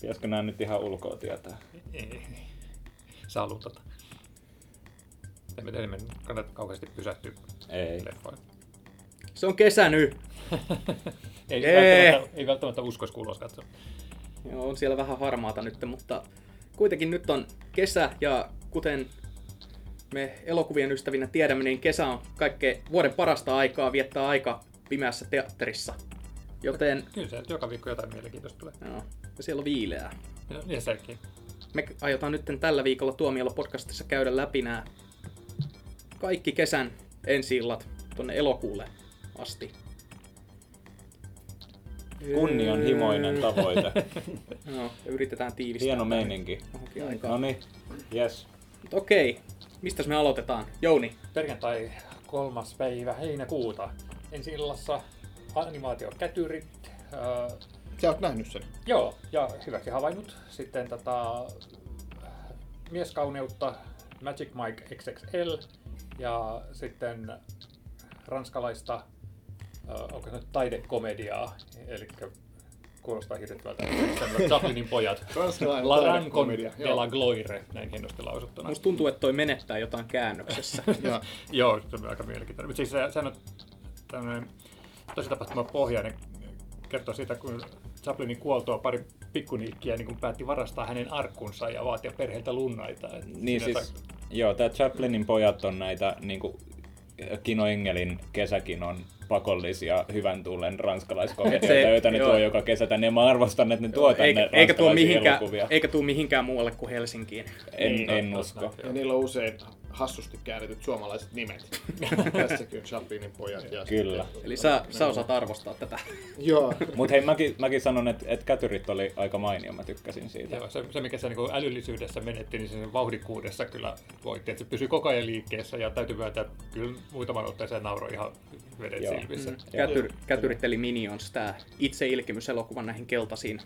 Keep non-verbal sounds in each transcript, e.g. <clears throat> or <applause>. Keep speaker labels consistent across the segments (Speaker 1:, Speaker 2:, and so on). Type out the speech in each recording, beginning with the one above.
Speaker 1: pitäisikö nämä nyt ihan ulkoa tietää?
Speaker 2: Ei, niin. saa luutata. En mä tiedä, me kannata kauheasti pysähtyä
Speaker 1: Ei.
Speaker 2: leffoihin.
Speaker 3: Se on kesä nyt.
Speaker 2: Ei,
Speaker 3: Ei.
Speaker 2: välttämättä, ei välttämättä uskoisi kuulos katsoa.
Speaker 3: Joo, on siellä vähän harmaata nyt, mutta kuitenkin nyt on kesä ja kuten me elokuvien ystävinä tiedämme, niin kesä on kaikkein vuoden parasta aikaa viettää aika pimeässä teatterissa. Joten
Speaker 2: Kyllä se, että joka viikko jotain mielenkiintoista tulee.
Speaker 3: joo, ja siellä on viileää.
Speaker 2: Ja, ja sekin.
Speaker 3: Me aiotaan nyt tällä viikolla Tuomiolla podcastissa käydä läpi nämä kaikki kesän ensi illat tonne elokuulle asti.
Speaker 1: Kunnianhimoinen tavoite.
Speaker 3: Joo, ja yritetään tiivistää.
Speaker 1: Hieno meininki.
Speaker 3: Johonkin aikaan.
Speaker 1: No niin, yes.
Speaker 3: Mut okei, mistä me aloitetaan? Jouni,
Speaker 2: Perjantai kolmas päivä heinäkuuta. Ensi illassa animaatiokätyrit. Äh,
Speaker 4: Sä oot nähnyt sen.
Speaker 2: joo, ja hyväksi havainnut. Sitten tätä mieskauneutta Magic Mike XXL ja sitten ranskalaista, äh, onko se nyt taidekomediaa, eli kuulostaa hirvittävältä. Samuel Chaplinin pojat.
Speaker 4: Ranskalainen
Speaker 2: La Rancon
Speaker 4: taidekomedia,
Speaker 2: de
Speaker 4: joo.
Speaker 2: la Gloire, näin hienosti lausuttuna.
Speaker 3: musta tuntuu, että toi menettää jotain
Speaker 1: <laughs>
Speaker 3: käännöksessä.
Speaker 4: Ja
Speaker 2: Joo, se on aika mielenkiintoinen. Mutta siis se, sehän on tämmöinen tosi tapahtuma pohjainen. Kertoo siitä, kun Chaplinin kuoltoa pari pikkuniikkiä niin kun päätti varastaa hänen arkkunsa ja vaatia perheeltä lunnaita. Et
Speaker 1: Niin
Speaker 2: sinänsä-
Speaker 1: siis, joo, tää Chaplinin pojat on näitä niinku Kino Engelin kesäkinon pakollisia hyvän tuulen ranskalaiskomedioita,
Speaker 3: Et se-
Speaker 1: joita ne
Speaker 3: joo.
Speaker 1: tuo joka kesä tänne. Mä arvostan, että ne tuo tänne
Speaker 3: eikä, eikä, tuo
Speaker 1: ranskalaisia
Speaker 3: mihinkään,
Speaker 1: elokuvia.
Speaker 3: eikä tuu mihinkään muualle kuin Helsinkiin.
Speaker 1: En, en
Speaker 2: Niin, totta,
Speaker 1: usko.
Speaker 2: joo.
Speaker 4: Ja niillä on usein hassusti käännetyt suomalaiset
Speaker 2: <laughs>
Speaker 4: nimet. Tässäkin on Chaplinin pojat. Ja
Speaker 1: Kyllä.
Speaker 4: sitten-
Speaker 3: Eli sä, sä osaat arvostaa tätä.
Speaker 4: Joo.
Speaker 1: Mut hei, mäkin, mäkin sanon, että et kätyrit oli aika mainio, mä tykkäsin siitä.
Speaker 2: Joo, se, se, mikä se niin älyllisyydessä menetti, niin sen vauhdikkuudessa kyllä voitti. Että se pysyy koko ajan liikkeessä ja täytyy myöntää, että kyllä muutaman otteeseen nauroi ihan vedet
Speaker 1: Joo.
Speaker 2: silmissä.
Speaker 3: Mm. Kätyr, kätyritteli Minions, tää itse ilkimyselokuvan näihin keltaisiin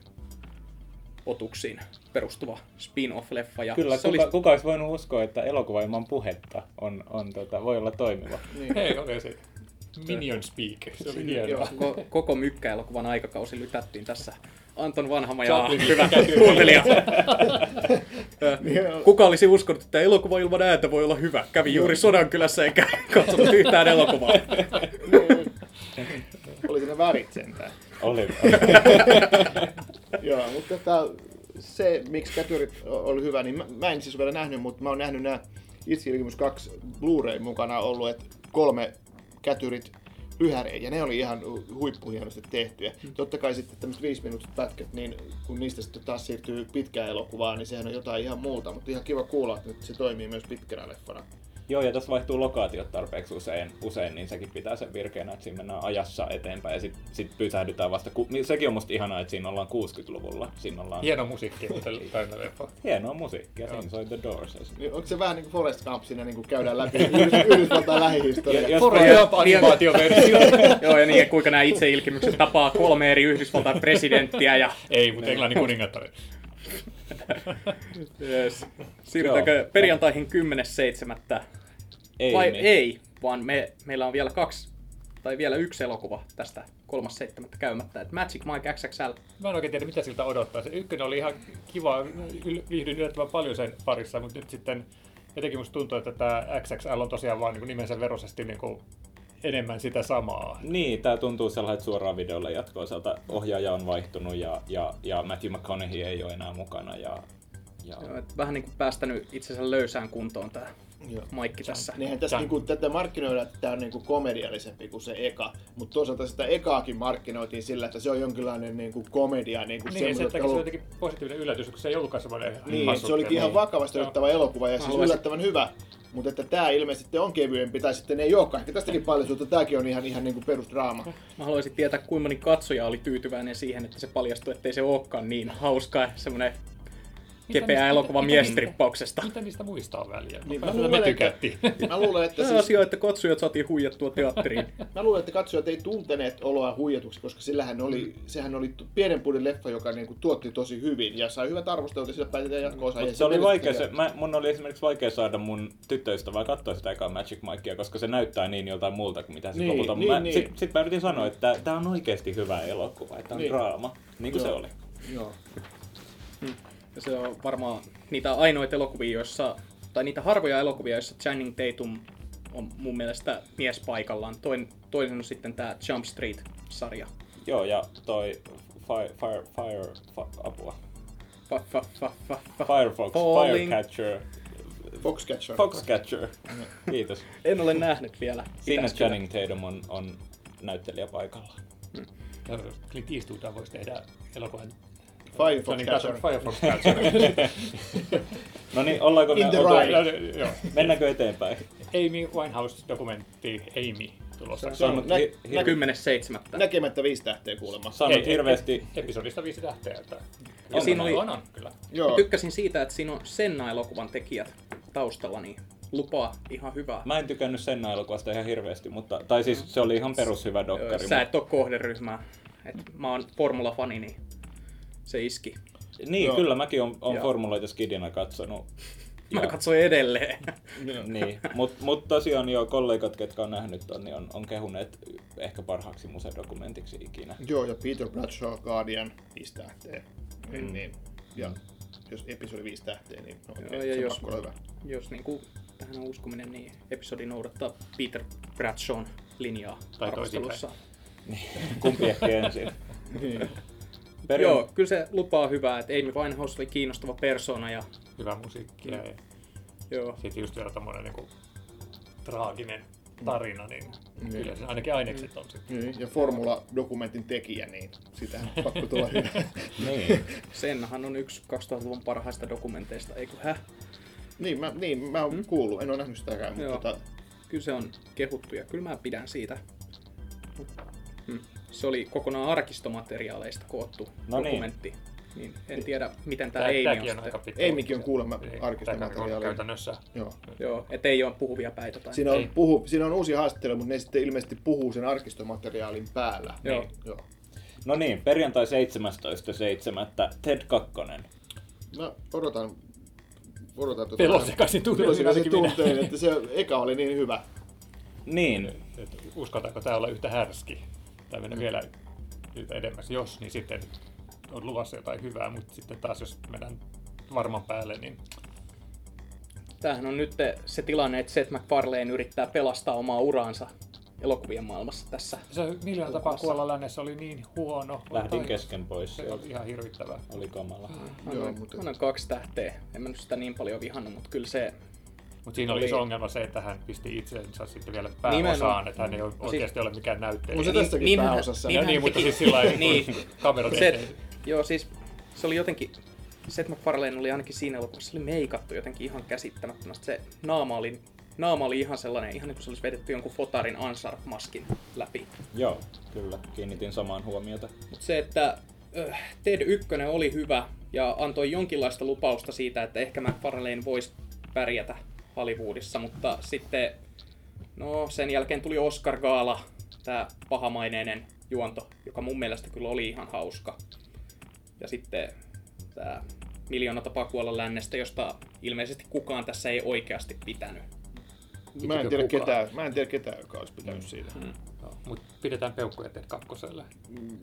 Speaker 3: otuksiin perustuva spin-off-leffa. Ja
Speaker 1: Kyllä,
Speaker 3: se
Speaker 1: kuka,
Speaker 3: oli,
Speaker 1: kuka Siis olisi voinut uskoa, että elokuva ilman puhetta on, on tota, voi olla toimiva.
Speaker 2: Hei, oli se Minion Speak, se oli hienoa.
Speaker 4: Joo.
Speaker 3: ko, koko mykkäelokuvan aikakausi lytättiin tässä. Anton Vanhama ja
Speaker 2: Chaplinin
Speaker 3: hyvä
Speaker 2: kätyri.
Speaker 3: kuuntelija. Kuka olisi uskonut, että elokuva ilman ääntä voi olla hyvä? Kävi juuri Sodankylässä eikä katsonut yhtään elokuvaa.
Speaker 4: Oliko ne värit sentään?
Speaker 1: Oli.
Speaker 4: Joo, mutta tota, se, miksi kätyrit o- oli hyvä, niin mä, mä en siis ole vielä nähnyt, mutta mä oon nähnyt nämä Itse Ilkimys 2 Blu-ray mukana ollut, että kolme kätyrit lyhäreen, ja ne oli ihan hu- huippuhienosti tehtyä. Totta kai sitten tämmöiset viisi minuutin pätkät, niin kun niistä sitten taas siirtyy pitkään elokuvaan, niin sehän on jotain ihan muuta, mutta ihan kiva kuulla, että nyt se toimii myös pitkänä leffana.
Speaker 1: <laughs> Joo, ja tässä vaihtuu lokaatiot tarpeeksi usein, usein niin sekin pitää sen virkeänä, että siinä mennään ajassa eteenpäin ja sitten sit pysähdytään vasta. Ku, niin sekin on musta ihanaa, että siinä ollaan 60-luvulla. Siinä ollaan
Speaker 2: Hieno musiikki, mutta täynnä leffa.
Speaker 1: hienoa musiikkia,
Speaker 2: Joo.
Speaker 1: siinä soi The Doors. ja siinä-
Speaker 4: Niin onko se vähän niin kuin Forrest Gump siinä niin kuin käydään läpi <laughs> Yhdys- Yhdysvaltain lähihistoriaa?
Speaker 1: Jos-
Speaker 2: Forrest Gump animaatioversio.
Speaker 3: Niin Joo, ja niin, ja kuinka nämä itseilkimykset tapaa kolme eri Yhdysvaltain presidenttiä ja...
Speaker 2: Ei, mutta englannin kuningattaren.
Speaker 3: Yes. Siirrytäänkö
Speaker 1: Joo.
Speaker 3: perjantaihin 10.7.
Speaker 1: Ei,
Speaker 3: Vai
Speaker 1: niin.
Speaker 3: ei, vaan me, meillä on vielä kaksi tai vielä yksi elokuva tästä 3.7. käymättä. Et Magic Mike XXL.
Speaker 2: Mä en oikein tiedä, mitä siltä odottaa. Se ykkönen oli ihan kiva, yl- viihdyin yllättävän paljon sen parissa, mutta nyt sitten jotenkin musta tuntuu, että tämä XXL on tosiaan vaan niin nimensä veroisesti niin kuin enemmän sitä samaa.
Speaker 1: Niin, tämä tuntuu sellaiselta suoraan videolle jatkoiselta. Ohjaaja on vaihtunut ja, ja, ja Matthew McConaughey ei ole enää mukana. Ja, ja...
Speaker 3: Joo, et Vähän niin kuin päästänyt itsensä löysään kuntoon tämä
Speaker 4: Joo.
Speaker 3: Mike tässä.
Speaker 4: Niinhän tässä
Speaker 2: Tän-
Speaker 4: niinku, tätä markkinoidaan, että tämä on niinku komediallisempi kuin se eka, mutta toisaalta sitä ekaakin markkinoitiin sillä, että se on jonkinlainen niinku komedia. Niinku
Speaker 2: Niin, ja sen
Speaker 4: semmoiset
Speaker 2: takia se on
Speaker 4: ollut-
Speaker 2: jotenkin positiivinen yllätys, kun se ei ollutkaan semmoinen
Speaker 4: niin,
Speaker 2: hassu
Speaker 4: se olikin ihan
Speaker 2: tremolo.
Speaker 4: vakavasti
Speaker 2: Joo.
Speaker 4: otettava elokuva ja siis
Speaker 3: haluaisin-
Speaker 4: yllättävän hyvä. Mutta että tämä ilmeisesti on kevyempi, tai sitten ei olekaan. Ehkä tästäkin paljastuutta, tämäkin on ihan, ihan niinku perusdraama.
Speaker 3: Mä haluaisin tietää, kuinka moni katsoja oli tyytyväinen siihen, että se paljastui, ettei se olekaan niin hauska ja semmoinen
Speaker 2: niistä-
Speaker 3: kepeä elokuva
Speaker 2: mitä-
Speaker 3: miestrippauksesta.
Speaker 2: Mitä niistä muista on väliä?
Speaker 4: Niin,
Speaker 2: Niin,
Speaker 4: mä
Speaker 2: me
Speaker 4: luulen, että-
Speaker 2: tykättiin.
Speaker 4: Mä luulen,
Speaker 3: <laughs>
Speaker 4: että
Speaker 3: Tämä
Speaker 4: siis
Speaker 3: asia, että katsojat saatiin huijattua teatteriin.
Speaker 4: Mä luulen, että katsojat ei tunteneet oloa huijatuksi, koska sillähän oli, sehän oli tu- pienen puiden leffa, joka niinku tuotti tosi hyvin ja sai hyvät arvostelut ja sillä päätetään jatkoa.
Speaker 1: Mut se oli vaikea, se, mä, mun oli esimerkiksi vaikea saada mun tyttöystävää katsoa sitä ekaa Magic Mikea, koska se näyttää niin joltain muulta kuin mitä se
Speaker 4: Niin,
Speaker 1: lopulta on.
Speaker 4: niin,
Speaker 1: mä,
Speaker 4: niin.
Speaker 1: Sit, sit mä yritin sanoa, että tää on oikeasti hyvä elokuva, että tää on
Speaker 4: Niin.
Speaker 1: draama, niin kuin se
Speaker 4: Joo.
Speaker 1: oli.
Speaker 4: Joo.
Speaker 3: Ja se on varmaan niitä ainoita elokuvia, joissa, tai niitä harvoja elokuvia, joissa Channing Tatum on mun mielestä mies paikallaan. Toinen, toinen on sitten tämä Jump Street-sarja.
Speaker 1: Joo, ja toi Fire, fire, fire, fa- apua.
Speaker 3: Fa, fa, fa, fa, fa.
Speaker 1: Firefox,
Speaker 3: Falling.
Speaker 1: Firecatcher,
Speaker 4: Foxcatcher.
Speaker 1: Foxcatcher.
Speaker 4: <laughs>
Speaker 1: Kiitos.
Speaker 3: En ole nähnyt vielä.
Speaker 1: Siinä
Speaker 3: Pitäis kyllä.
Speaker 1: Channing Tatum on, on näyttelijä paikallaan.
Speaker 2: Clint Eastwoodan voisi tehdä elokuvan.
Speaker 4: Firefox Catcher. <laughs>
Speaker 2: Firefox Catcher.
Speaker 1: No niin, ollaanko me,
Speaker 4: In the
Speaker 1: ollaan-
Speaker 4: right.
Speaker 2: Joo.
Speaker 1: mennäänkö eteenpäin?
Speaker 2: Amy Winehouse-dokumentti Amy tulossa.
Speaker 4: Se on
Speaker 1: Saanut,
Speaker 4: nä-
Speaker 1: hi-
Speaker 4: nä-
Speaker 1: hir-
Speaker 3: 10.7.
Speaker 4: Näkemättä viisi tähteä kuulemma.
Speaker 1: saanut hirveästi
Speaker 2: Episodista viisi tähteä. Että...
Speaker 1: Ja
Speaker 3: siinä oli-
Speaker 2: On, on, kyllä.
Speaker 4: Joo.
Speaker 3: Tykkäsin siitä, että siinä on Senna-elokuvan tekijät taustalla, niin lupaa ihan hyvää.
Speaker 1: Mä en tykännyt sen elokuvasta ihan hirveästi, mutta, tai siis se oli ihan perushyvä dokkari.
Speaker 3: Sä et oo kohderyhmää. Et mä oon formulafani, niin se iski.
Speaker 1: mut- Niin,
Speaker 4: Joo.
Speaker 1: kyllä mäkin on, on
Speaker 3: Joo.
Speaker 1: formuloita skidina katsonut.
Speaker 3: Mä
Speaker 1: Joo.
Speaker 3: katsoin edelleen. <laughs>
Speaker 4: Joo.
Speaker 1: Niin, mutta mut tosiaan jo kollegat, ketkä on nähnyt ton, niin on, on kehuneet ehkä parhaaksi musedokumentiksi ikinä.
Speaker 4: Joo, ja Peter Bradshaw Guardian viisi tähteä. Mm. Niin. Ja jos episodi viisi tähteä, niin no,
Speaker 3: Joo,
Speaker 4: okay,
Speaker 3: ja
Speaker 4: se on
Speaker 3: jos-
Speaker 4: pakko olla
Speaker 3: <laughs>
Speaker 4: hyvä.
Speaker 3: Jos niinku tähän on uskominen, niin episodi noudattaa Peter Bradshawn linjaa
Speaker 2: Tai
Speaker 3: arvostelussa.
Speaker 1: Kumpi ehkä
Speaker 3: <laughs>
Speaker 1: ensin?
Speaker 4: Niin.
Speaker 1: Perin,
Speaker 3: Joo, kyllä se lupaa hyvää, että Amy Winehouse oli kiinnostava persona ja
Speaker 2: Hyvää musiikkia.
Speaker 4: Mm.
Speaker 2: Ja
Speaker 3: joo,
Speaker 2: sitten just vielä tommonen niinku traaginen tarina, niin kyllä sen ainakin ainekset on sitten.
Speaker 4: Niin, ja formula-dokumentin tekijä, niin sitä on pakko tulla hyvä.
Speaker 3: <laughs>
Speaker 1: Niin.
Speaker 3: Sennahan on yksi 2000-luvun parhaista dokumenteista, eikö hä?
Speaker 4: niin, mä, niin, mä oon kuullut, en oo nähnyt sitäkään, mutta
Speaker 3: Mm. Joo.
Speaker 4: tota,
Speaker 3: Kyllä se on kehuttu ja kyllä mä pidän siitä. Mm. Se oli kokonaan arkistomateriaaleista koottu
Speaker 1: No niin.
Speaker 3: dokumentti. Niin. en tiedä, miten tämä
Speaker 2: Tää-
Speaker 3: ei
Speaker 2: tääkin
Speaker 3: on
Speaker 2: on
Speaker 3: sitten.
Speaker 2: aika pitkä.
Speaker 4: Amykin on kuulemma
Speaker 2: Ei, tääkin on
Speaker 4: arkistomateriaalia.
Speaker 2: Käytännössä.
Speaker 4: Joo.
Speaker 3: Joo, ettei ole puhuvia päitä. Tai...
Speaker 4: Siinä on,
Speaker 2: Ei.
Speaker 4: puhu, siinä on uusi haastattelu, mutta ne sitten ilmeisesti puhuu sen arkistomateriaalin päällä.
Speaker 3: Joo.
Speaker 4: Niin, Joo.
Speaker 1: No niin, perjantai 17.7. Ted 2.
Speaker 4: Mä odotan, odotan tuota...
Speaker 2: Pelon sekaisin tunnelmiin
Speaker 4: Pelosekaisin
Speaker 2: ainakin minä.
Speaker 4: tunteen, että se eka oli niin hyvä.
Speaker 1: Niin,
Speaker 2: Et uskaltaako tämä olla yhtä härski? Tai
Speaker 4: Mm.
Speaker 2: mennä vielä edemmäs. Jos, niin sitten on luvassa jotain hyvää, mutta sitten taas jos mennään varman päälle, niin
Speaker 3: Tämähän on nyt se tilanne, että Seth MacFarlane yrittää pelastaa omaa uraansa elokuvien maailmassa tässä.
Speaker 2: se millään tapaa kuolla lännessä oli niin huono.
Speaker 1: lähdin
Speaker 2: Tai-
Speaker 1: kesken pois.
Speaker 2: Se oli ihan hirvittävää.
Speaker 1: Oli kamala.
Speaker 4: Joo,
Speaker 3: Annoin,
Speaker 4: mutta-
Speaker 3: annoin kaksi tähteä. En mä nyt sitä niin paljon vihannut, mutta kyllä se...
Speaker 2: Mutta siinä oli
Speaker 3: Oli-
Speaker 2: iso ongelma se, että hän pisti itsensä sitten vielä pääosaan,
Speaker 3: Nimenomaan.
Speaker 2: että hän ei
Speaker 3: siis-
Speaker 2: oikeasti ole mikään
Speaker 4: On se
Speaker 2: näyttelijä.
Speaker 4: tässäkin
Speaker 3: niin-
Speaker 4: pääosassa.
Speaker 2: Ja
Speaker 3: hän
Speaker 2: niin, mutta
Speaker 3: teki.
Speaker 2: siis sillä ei
Speaker 3: Niin.
Speaker 2: kamerat
Speaker 3: Se,
Speaker 2: eteen.
Speaker 3: joo, siis se oli jotenkin... Seth MacFarlane oli ainakin siinä elokuvassa, se oli meikattu jotenkin ihan käsittämättömästi. Se naama oli, naama oli ihan sellainen, ihan niin kuin se olisi vedetty jonkun fotarin ansar-maskin läpi.
Speaker 1: Joo, kyllä. Kiinnitin samaan huomiota.
Speaker 3: Mutta se, että äh, Ted 1 oli hyvä ja antoi jonkinlaista lupausta siitä, että ehkä McFarlane voisi pärjätä Hollywoodissa, mutta sitten no, sen jälkeen tuli Oscar Gaala, tämä pahamaineinen juonto, joka mun mielestä kyllä oli ihan hauska. Ja sitten tämä Miljoona tapaa kuolla lännestä, josta ilmeisesti kukaan tässä ei oikeasti pitänyt.
Speaker 4: Mä en, tiedä
Speaker 2: kukaan?
Speaker 4: ketään, mä en tiedä ketään, joka olisi pitänyt siitä.
Speaker 2: Mutta pidetään peukkuja teet kakkoselle.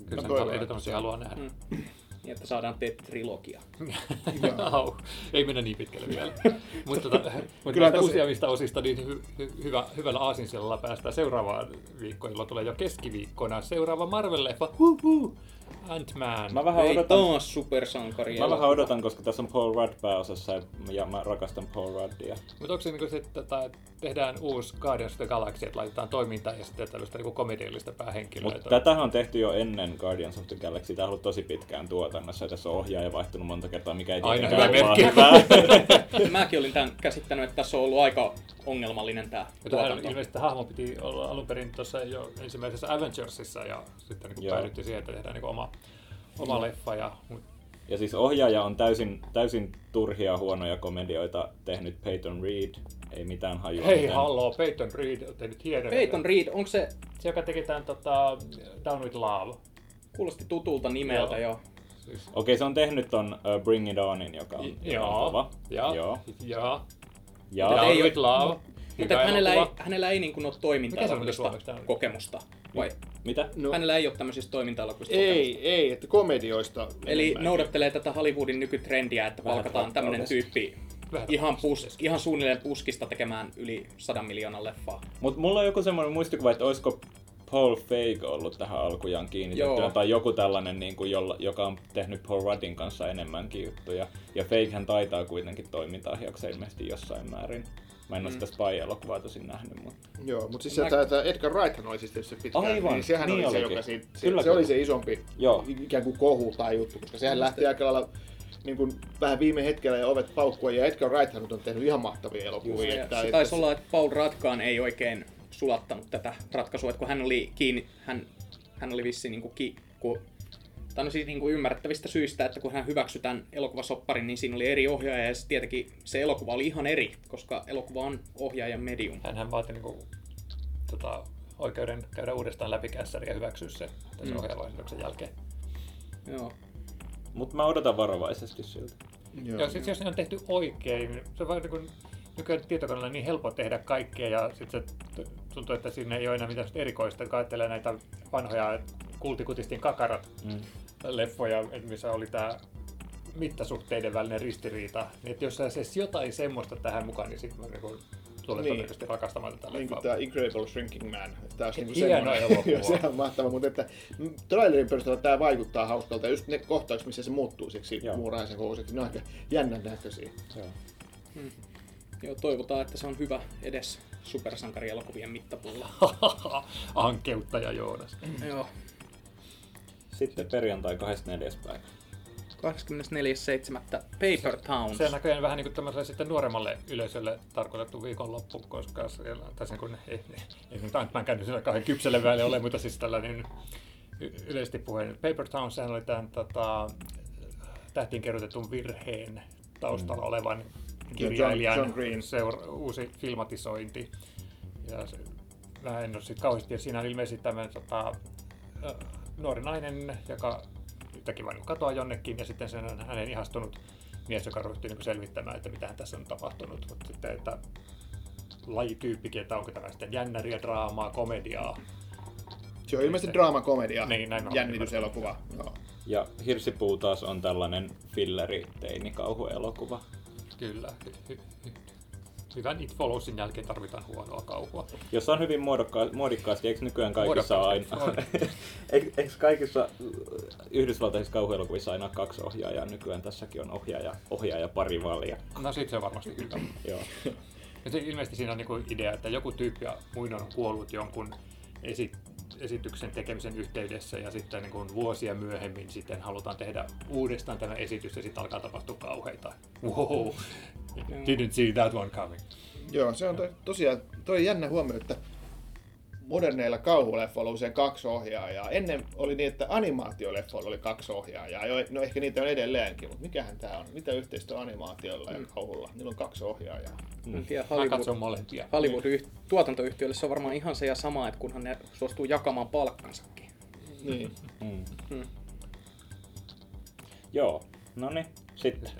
Speaker 2: Kyllä no,
Speaker 4: no toivon,
Speaker 2: sen
Speaker 4: että se-
Speaker 2: ehdottomasti haluaa nähdä. <laughs> Mm.
Speaker 3: Niin, että saadaan Ted-trilogia.
Speaker 2: Au, ei mennä niin pitkälle
Speaker 4: <laughs>
Speaker 2: vielä. mutta tota, mut
Speaker 4: Kyllä
Speaker 2: näistä
Speaker 4: tosi-
Speaker 2: useammista osista niin hy, hy, hyvä, hyvällä aasinsillalla päästään seuraavaan viikkoon, jolloin tulee jo keskiviikkona seuraava Marvel-leffa. Huhu! Ant-Man.
Speaker 1: Mä vähän
Speaker 3: ei
Speaker 1: odotan
Speaker 3: taas supersankari.
Speaker 1: Mä vähän odotan, koska tässä on Paul Rudd pääosassa ja, ja mä rakastan Paul Ruddia.
Speaker 2: Mutta onko se niinku se, että tota, että tehdään uusi Guardians of the Galaxy, että laitetaan toimintaan ja sitten tällaista niinku komediallista päähenkilöä.
Speaker 1: Mutta tätähän on tehty jo ennen Guardians of the Galaxy. Tämä on ollut tosi pitkään tuotannossa ja tässä on ohjaaja vaihtunut monta kertaa, mikä ei
Speaker 2: Aina
Speaker 1: tietenkään
Speaker 2: hyvä
Speaker 1: lupaa
Speaker 2: merkki.
Speaker 1: hyvää.
Speaker 3: <laughs> Mäkin olin tämän käsittänyt, että tässä on ollut aika ongelmallinen tämä
Speaker 2: Ja tähän
Speaker 3: tuotanto.
Speaker 2: ilmeisesti hahmo piti olla alun perin tuossa jo ensimmäisessä Avengersissa ja sitten niin
Speaker 1: Joo.
Speaker 2: päädyttiin siihen, että tehdään niin oma, oma leffa. Ja, mut,
Speaker 1: <laughs> Ja siis ohjaaja on täysin, täysin turhia huonoja komedioita tehnyt Peyton Reed. Ei mitään hajua.
Speaker 2: hei,
Speaker 1: miten-
Speaker 2: halloo, Peyton Reed on tehnyt hienon.
Speaker 3: Peyton Reed, onko se,
Speaker 2: Se, joka teki tämän tota, Down with Love.
Speaker 3: kuulosti tutulta nimeltä
Speaker 2: Joo.
Speaker 3: jo.
Speaker 2: Siis,
Speaker 1: Okei, se on tehnyt ton uh, Bring It Onin, joka on, joka on kova.
Speaker 2: ja,
Speaker 1: Joo.
Speaker 2: ja,
Speaker 1: Ja,
Speaker 2: Down
Speaker 3: ei oo-
Speaker 2: with Love.
Speaker 3: Mutta
Speaker 1: Hyvä
Speaker 3: hänellä ei,
Speaker 1: elokuva.
Speaker 3: hänellä ei niin kuin ole
Speaker 2: Mikä se on
Speaker 3: toiminta-elokuvista
Speaker 2: suomeksi tää oli? Niin.
Speaker 3: kokemusta. Vai?
Speaker 1: Mitä?
Speaker 4: No,
Speaker 3: Hänellä ei ole tämmöisistä toiminta-elokuvista kokemusta.
Speaker 4: ei, ei, että komedioista.
Speaker 3: Eli
Speaker 4: enemmän.
Speaker 3: noudattelee tätä Hollywoodin nykytrendiä, että
Speaker 1: Vähän
Speaker 3: palkataan tämmöinen
Speaker 1: rakkaudesta.
Speaker 3: tyyppi
Speaker 2: Vähän
Speaker 3: ihan,
Speaker 2: rakkaudesta.
Speaker 3: pus, ihan suunnilleen puskista tekemään yli 100 miljoonan leffaa.
Speaker 1: Mutta mulla on joku semmoinen muistikuva, että olisiko Paul Feig ollut tähän alkujaan kiinnitettynä,
Speaker 3: Joo.
Speaker 1: tai joku tällainen, niin kuin, jolla, joka on tehnyt Paul Ruddin kanssa enemmänkin juttuja. Ja Feighän taitaa kuitenkin toimintaahjauksen ilmeisesti jossain määrin. Mä en ole sitä Spy-elokuvaa tosin nähnyt, mutta...
Speaker 4: Joo, mutta siis
Speaker 3: Mä-
Speaker 4: Mä... tämä Edgar Wright oli siis tietysti pitkään,
Speaker 1: Aivan,
Speaker 4: niin sehän
Speaker 1: niin
Speaker 4: oli se,
Speaker 1: olikin.
Speaker 4: joka siitä, se,
Speaker 1: Kyllä,
Speaker 4: se oli
Speaker 1: kyllä.
Speaker 4: se isompi
Speaker 1: Joo.
Speaker 4: ikään kuin kohu tai juttu, koska sehän lähti aika lailla niin kuin, vähän viime hetkellä ja ovet paukkua, ja Edgar Wright on tehnyt ihan mahtavia elokuvia.
Speaker 3: Ja
Speaker 4: että-
Speaker 3: se
Speaker 4: että-
Speaker 3: taisi olla, että Paul Ratkaan ei oikein sulattanut tätä ratkaisua, että kun hän oli kiinni, hän, hän oli vissiin niin kuin ki, kun, tai no siis niin kuin ymmärrettävistä syistä, että kun hän hyväksyi tämän elokuvasopparin, niin siinä oli eri ohjaaja ja se tietenkin se elokuva oli ihan eri, koska elokuva on ohjaajan medium.
Speaker 2: Hänhän vaati niinku, tota, oikeuden käydä uudestaan läpi kässäri ja hyväksyä se tässä mm. ohjelmaisennuksen jälkeen.
Speaker 3: Joo.
Speaker 1: Mut mä odotan varovaisesti siltä.
Speaker 4: Joo.
Speaker 2: Ja sit, jos ne on tehty oikein, niin se on vaan niin nykyään tietokoneella niin helppo tehdä kaikkea ja sitten se t- tuntuu, että siinä ei ole enää mitään semmoista erikoista, kun ajattelee näitä vanhoja kultikutistin kakarat
Speaker 1: Mm.
Speaker 2: leffoja, että missä oli tämä mittasuhteiden välinen ristiriita. Niin, että jos saisi edes jotain semmoista tähän mukaan, niin sitten niin tulee
Speaker 4: Niin.
Speaker 2: niin. todennäköisesti rakastamaan tätä
Speaker 4: Niin kuin
Speaker 2: leffaa. <laughs>
Speaker 4: tämä Incredible Shrinking Man. Tämä olisi niin
Speaker 2: Hieno elokuva.
Speaker 4: Joo, <laughs> sehän on mahtava, mutta että mm, trailerin perusteella tämä vaikuttaa hauskalta. Ja just ne kohtaukset, missä se muuttuu siksi
Speaker 1: Joo.
Speaker 4: muurahaisen kokoiseksi, ne on aika jännän näköisiä.
Speaker 1: Joo.
Speaker 3: Joo, toivotaan, että se on hyvä edes supersankarielokuvien mittapulla.
Speaker 2: Ankeuttaja Joonas.
Speaker 3: Joo.
Speaker 1: Sitten perjantai 24. päivä.
Speaker 3: 24.7. Paper Towns.
Speaker 2: Se on näköjään vähän niin kuin sitten nuoremmalle yleisölle tarkoitettu viikonloppu, koska siellä, tai sen kun, ei, ei nyt mä en käynyt sillä kauhean kypselle väelle ole, mutta siis tällainen y- yleisesti puheen. Paper Town, sehän oli tämän tota, tähtiin kirjoitetun virheen taustalla olevan kirjailijan
Speaker 4: Mm. John Green.
Speaker 2: seura- uusi filmatisointi. Ja se, mä en ole sit kauheasti, ja siinä on ilmeisesti tämmöinen tota, ö, nuori nainen, joka yhtäkkiä vain katoaa jonnekin, ja sitten sen on hänen ihastunut mies, joka ryhtyy niin selvittämään, että mitä tässä on tapahtunut. Mutta sitten, että lajityyppikin, että onko tämä sitten jännäriä, draamaa, komediaa.
Speaker 4: Se on ilmeisesti draamakomedia,
Speaker 2: Niin, näin mä oon
Speaker 4: jännityselokuva. Joo.
Speaker 1: Ja Hirsipuu taas on tällainen filleri teinikauhuelokuva.
Speaker 2: Kyllä. Hyvän It Followsin jälkeen tarvitaan huonoa kauhua.
Speaker 1: Jossa on hyvin muodokka- muodikkaasti, eikö nykyään kaikissa
Speaker 2: Muodokkaasti,
Speaker 1: aina... <laughs> Eikö- eikö kaikissa äh, yhdysvaltaisissa kauhuelokuvissa aina ole kaksi ohjaajaa? Nykyään tässäkin on ohjaaja, ohjaaja pari valia.
Speaker 2: No sit se on varmasti hyvä.
Speaker 1: Joo.
Speaker 2: Ja se, ilmeisesti siinä on niinku idea, että joku tyyppi muinoin on kuollut jonkun esi- esityksen tekemisen yhteydessä ja sitten niinku vuosia myöhemmin sitten halutaan tehdä uudestaan tämä esitys ja sitten alkaa tapahtua kauheita. Wow, didn't see that one coming.
Speaker 4: Joo, se on to, tosiaan, toi on jännä huomio, että moderneilla kauhuleffoilla on usein kaksi ohjaajaa. Ennen oli niin, että animaatioleffoilla oli kaksi ohjaajaa. Jo, no ehkä niitä on edelleenkin, mutta mikähän tämä on? Mitä yhteistä on animaatiolla ja kauhulla? Niillä on kaksi ohjaajaa.
Speaker 3: En tiedä,
Speaker 2: Mä
Speaker 3: Hollywood,
Speaker 2: katson molempia.
Speaker 3: Hollywood tuotantoyhtiölle se on varmaan ihan se ja sama, että kunhan ne suostuu jakamaan palkkansakin.
Speaker 4: Niin.
Speaker 1: Mm.
Speaker 3: Mm.
Speaker 1: Joo. No niin, sitten.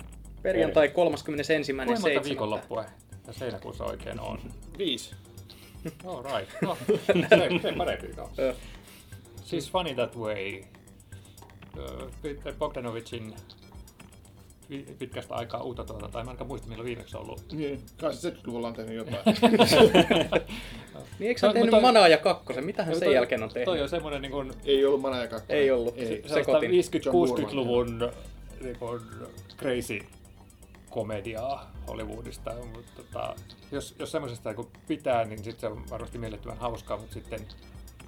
Speaker 3: Perjantai
Speaker 2: Kuinka monta
Speaker 3: 31.7.
Speaker 2: viikonloppua ja seinäkuussa oikein on?
Speaker 4: Viisi.
Speaker 2: All right. No, <laughs> se, se parempi no.
Speaker 3: Ö.
Speaker 2: Siis Funny That Way. Ö, Peter Bogdanovicin vi- pitkästä aikaa uutta tuotantoa. En mä ainakaan muista, milloin viimeksi on
Speaker 3: <laughs>
Speaker 2: ollut.
Speaker 4: Niin. Kai se 70-luvulla on tehnyt jotain.
Speaker 3: Niin eikö sä
Speaker 2: No,
Speaker 3: tehnyt
Speaker 2: mutta- No
Speaker 3: Manaa ja kakkosen? Mitähän
Speaker 2: Toi-
Speaker 3: No, sen jälkeen on tehnyt?
Speaker 2: Toi on semmoinen niin kuin,
Speaker 4: Ei ollut Mana ja Kakkonen.
Speaker 3: Ei ollut.
Speaker 4: Ei.
Speaker 3: Se-
Speaker 2: sellaista
Speaker 3: Sekoitin.
Speaker 2: 50-60-luvun niin kuin, crazy komediaa Hollywoodista, mutta tota, jos, jos semmoisesta niin pitää, niin sit se on varmasti mielettömän hauskaa, mutta sitten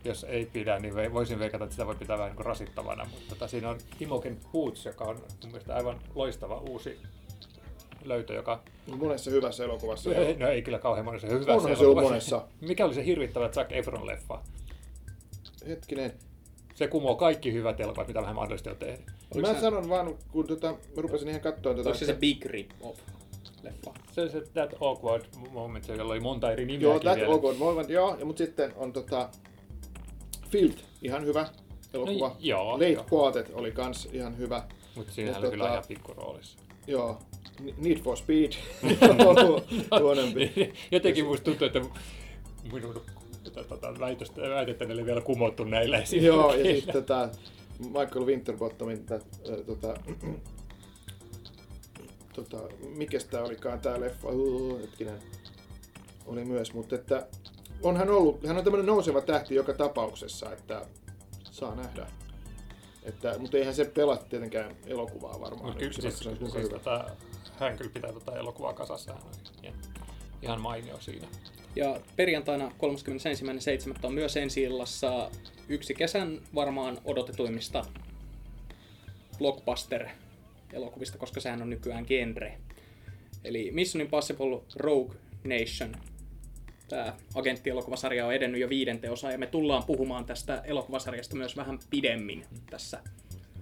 Speaker 2: jos ei pidä, niin vei- voisin veikata, että sitä voi pitää vähän niin rasittavana, mutta tota, siinä on Imogen Hoots, joka on mun mielestä aivan loistava uusi löytö, joka
Speaker 4: Monessa hyvässä elokuvassa.
Speaker 2: ei, no ei kyllä kauhean monessa hyvä
Speaker 4: Onhan se ollut monessa.
Speaker 2: Mikä oli se hirvittävä Zac Efron-leffa?
Speaker 4: Hetkinen.
Speaker 2: Se kumoo kaikki hyvät elokuvat, mitä vähän mahdollisesti on tehnyt.
Speaker 4: Mä sanon vaan, kun tota, mä rupesin ihan katsoa tätä.
Speaker 3: Oliko se se Big Rip Off? Leffa.
Speaker 2: Se oli se That Awkward Moment, jolla oli monta eri nimeäkin
Speaker 4: Joo, That
Speaker 2: vielä.
Speaker 4: Awkward Moment, joo. Ja, mutta sitten on tota, Field, ihan hyvä elokuva.
Speaker 2: No, joo,
Speaker 4: Late
Speaker 2: joo.
Speaker 4: Quartet oli kans ihan hyvä.
Speaker 2: Mutta siinä
Speaker 4: Ja
Speaker 2: oli kyllä
Speaker 4: tota- <laughs>
Speaker 2: ihan pikkuroolissa.
Speaker 4: Joo. Need for Speed on ollut huonompi.
Speaker 2: <laughs> Jotenkin musta tuntuu, että minun tota, väitöstä, väitettäni oli vielä kumottu näillä esillä.
Speaker 4: Joo, ja sitten tota, Michael Winterbottomin, tä, ö, tota, tota, mikäs tää olikaan tää leffa, Uu, hetkinen, oli myös, mutta että on hän ollut, hän on tämmönen nouseva tähti joka tapauksessa, että saa nähdä. Että, mutta eihän se pelaa tietenkään elokuvaa varmaan.
Speaker 2: Mutta kyllä
Speaker 4: yksin,
Speaker 2: siis,
Speaker 4: vaikka se
Speaker 2: siis,
Speaker 4: olisi kuinka
Speaker 2: siis
Speaker 4: hyvä.
Speaker 2: tota, hän kyllä pitää tätä elokuvaa kasassa. Hän on ihan, ihan mainio siinä.
Speaker 3: Ja perjantaina 31.7. on myös ensi illassa yksi kesän varmaan odotetuimmista blockbuster-elokuvista, koska sehän on nykyään genre. Eli Mission Impossible Rogue Nation. Tämä agenttielokuvasarja on edennyt jo viidenteen osaan ja me tullaan puhumaan tästä elokuvasarjasta myös vähän pidemmin tässä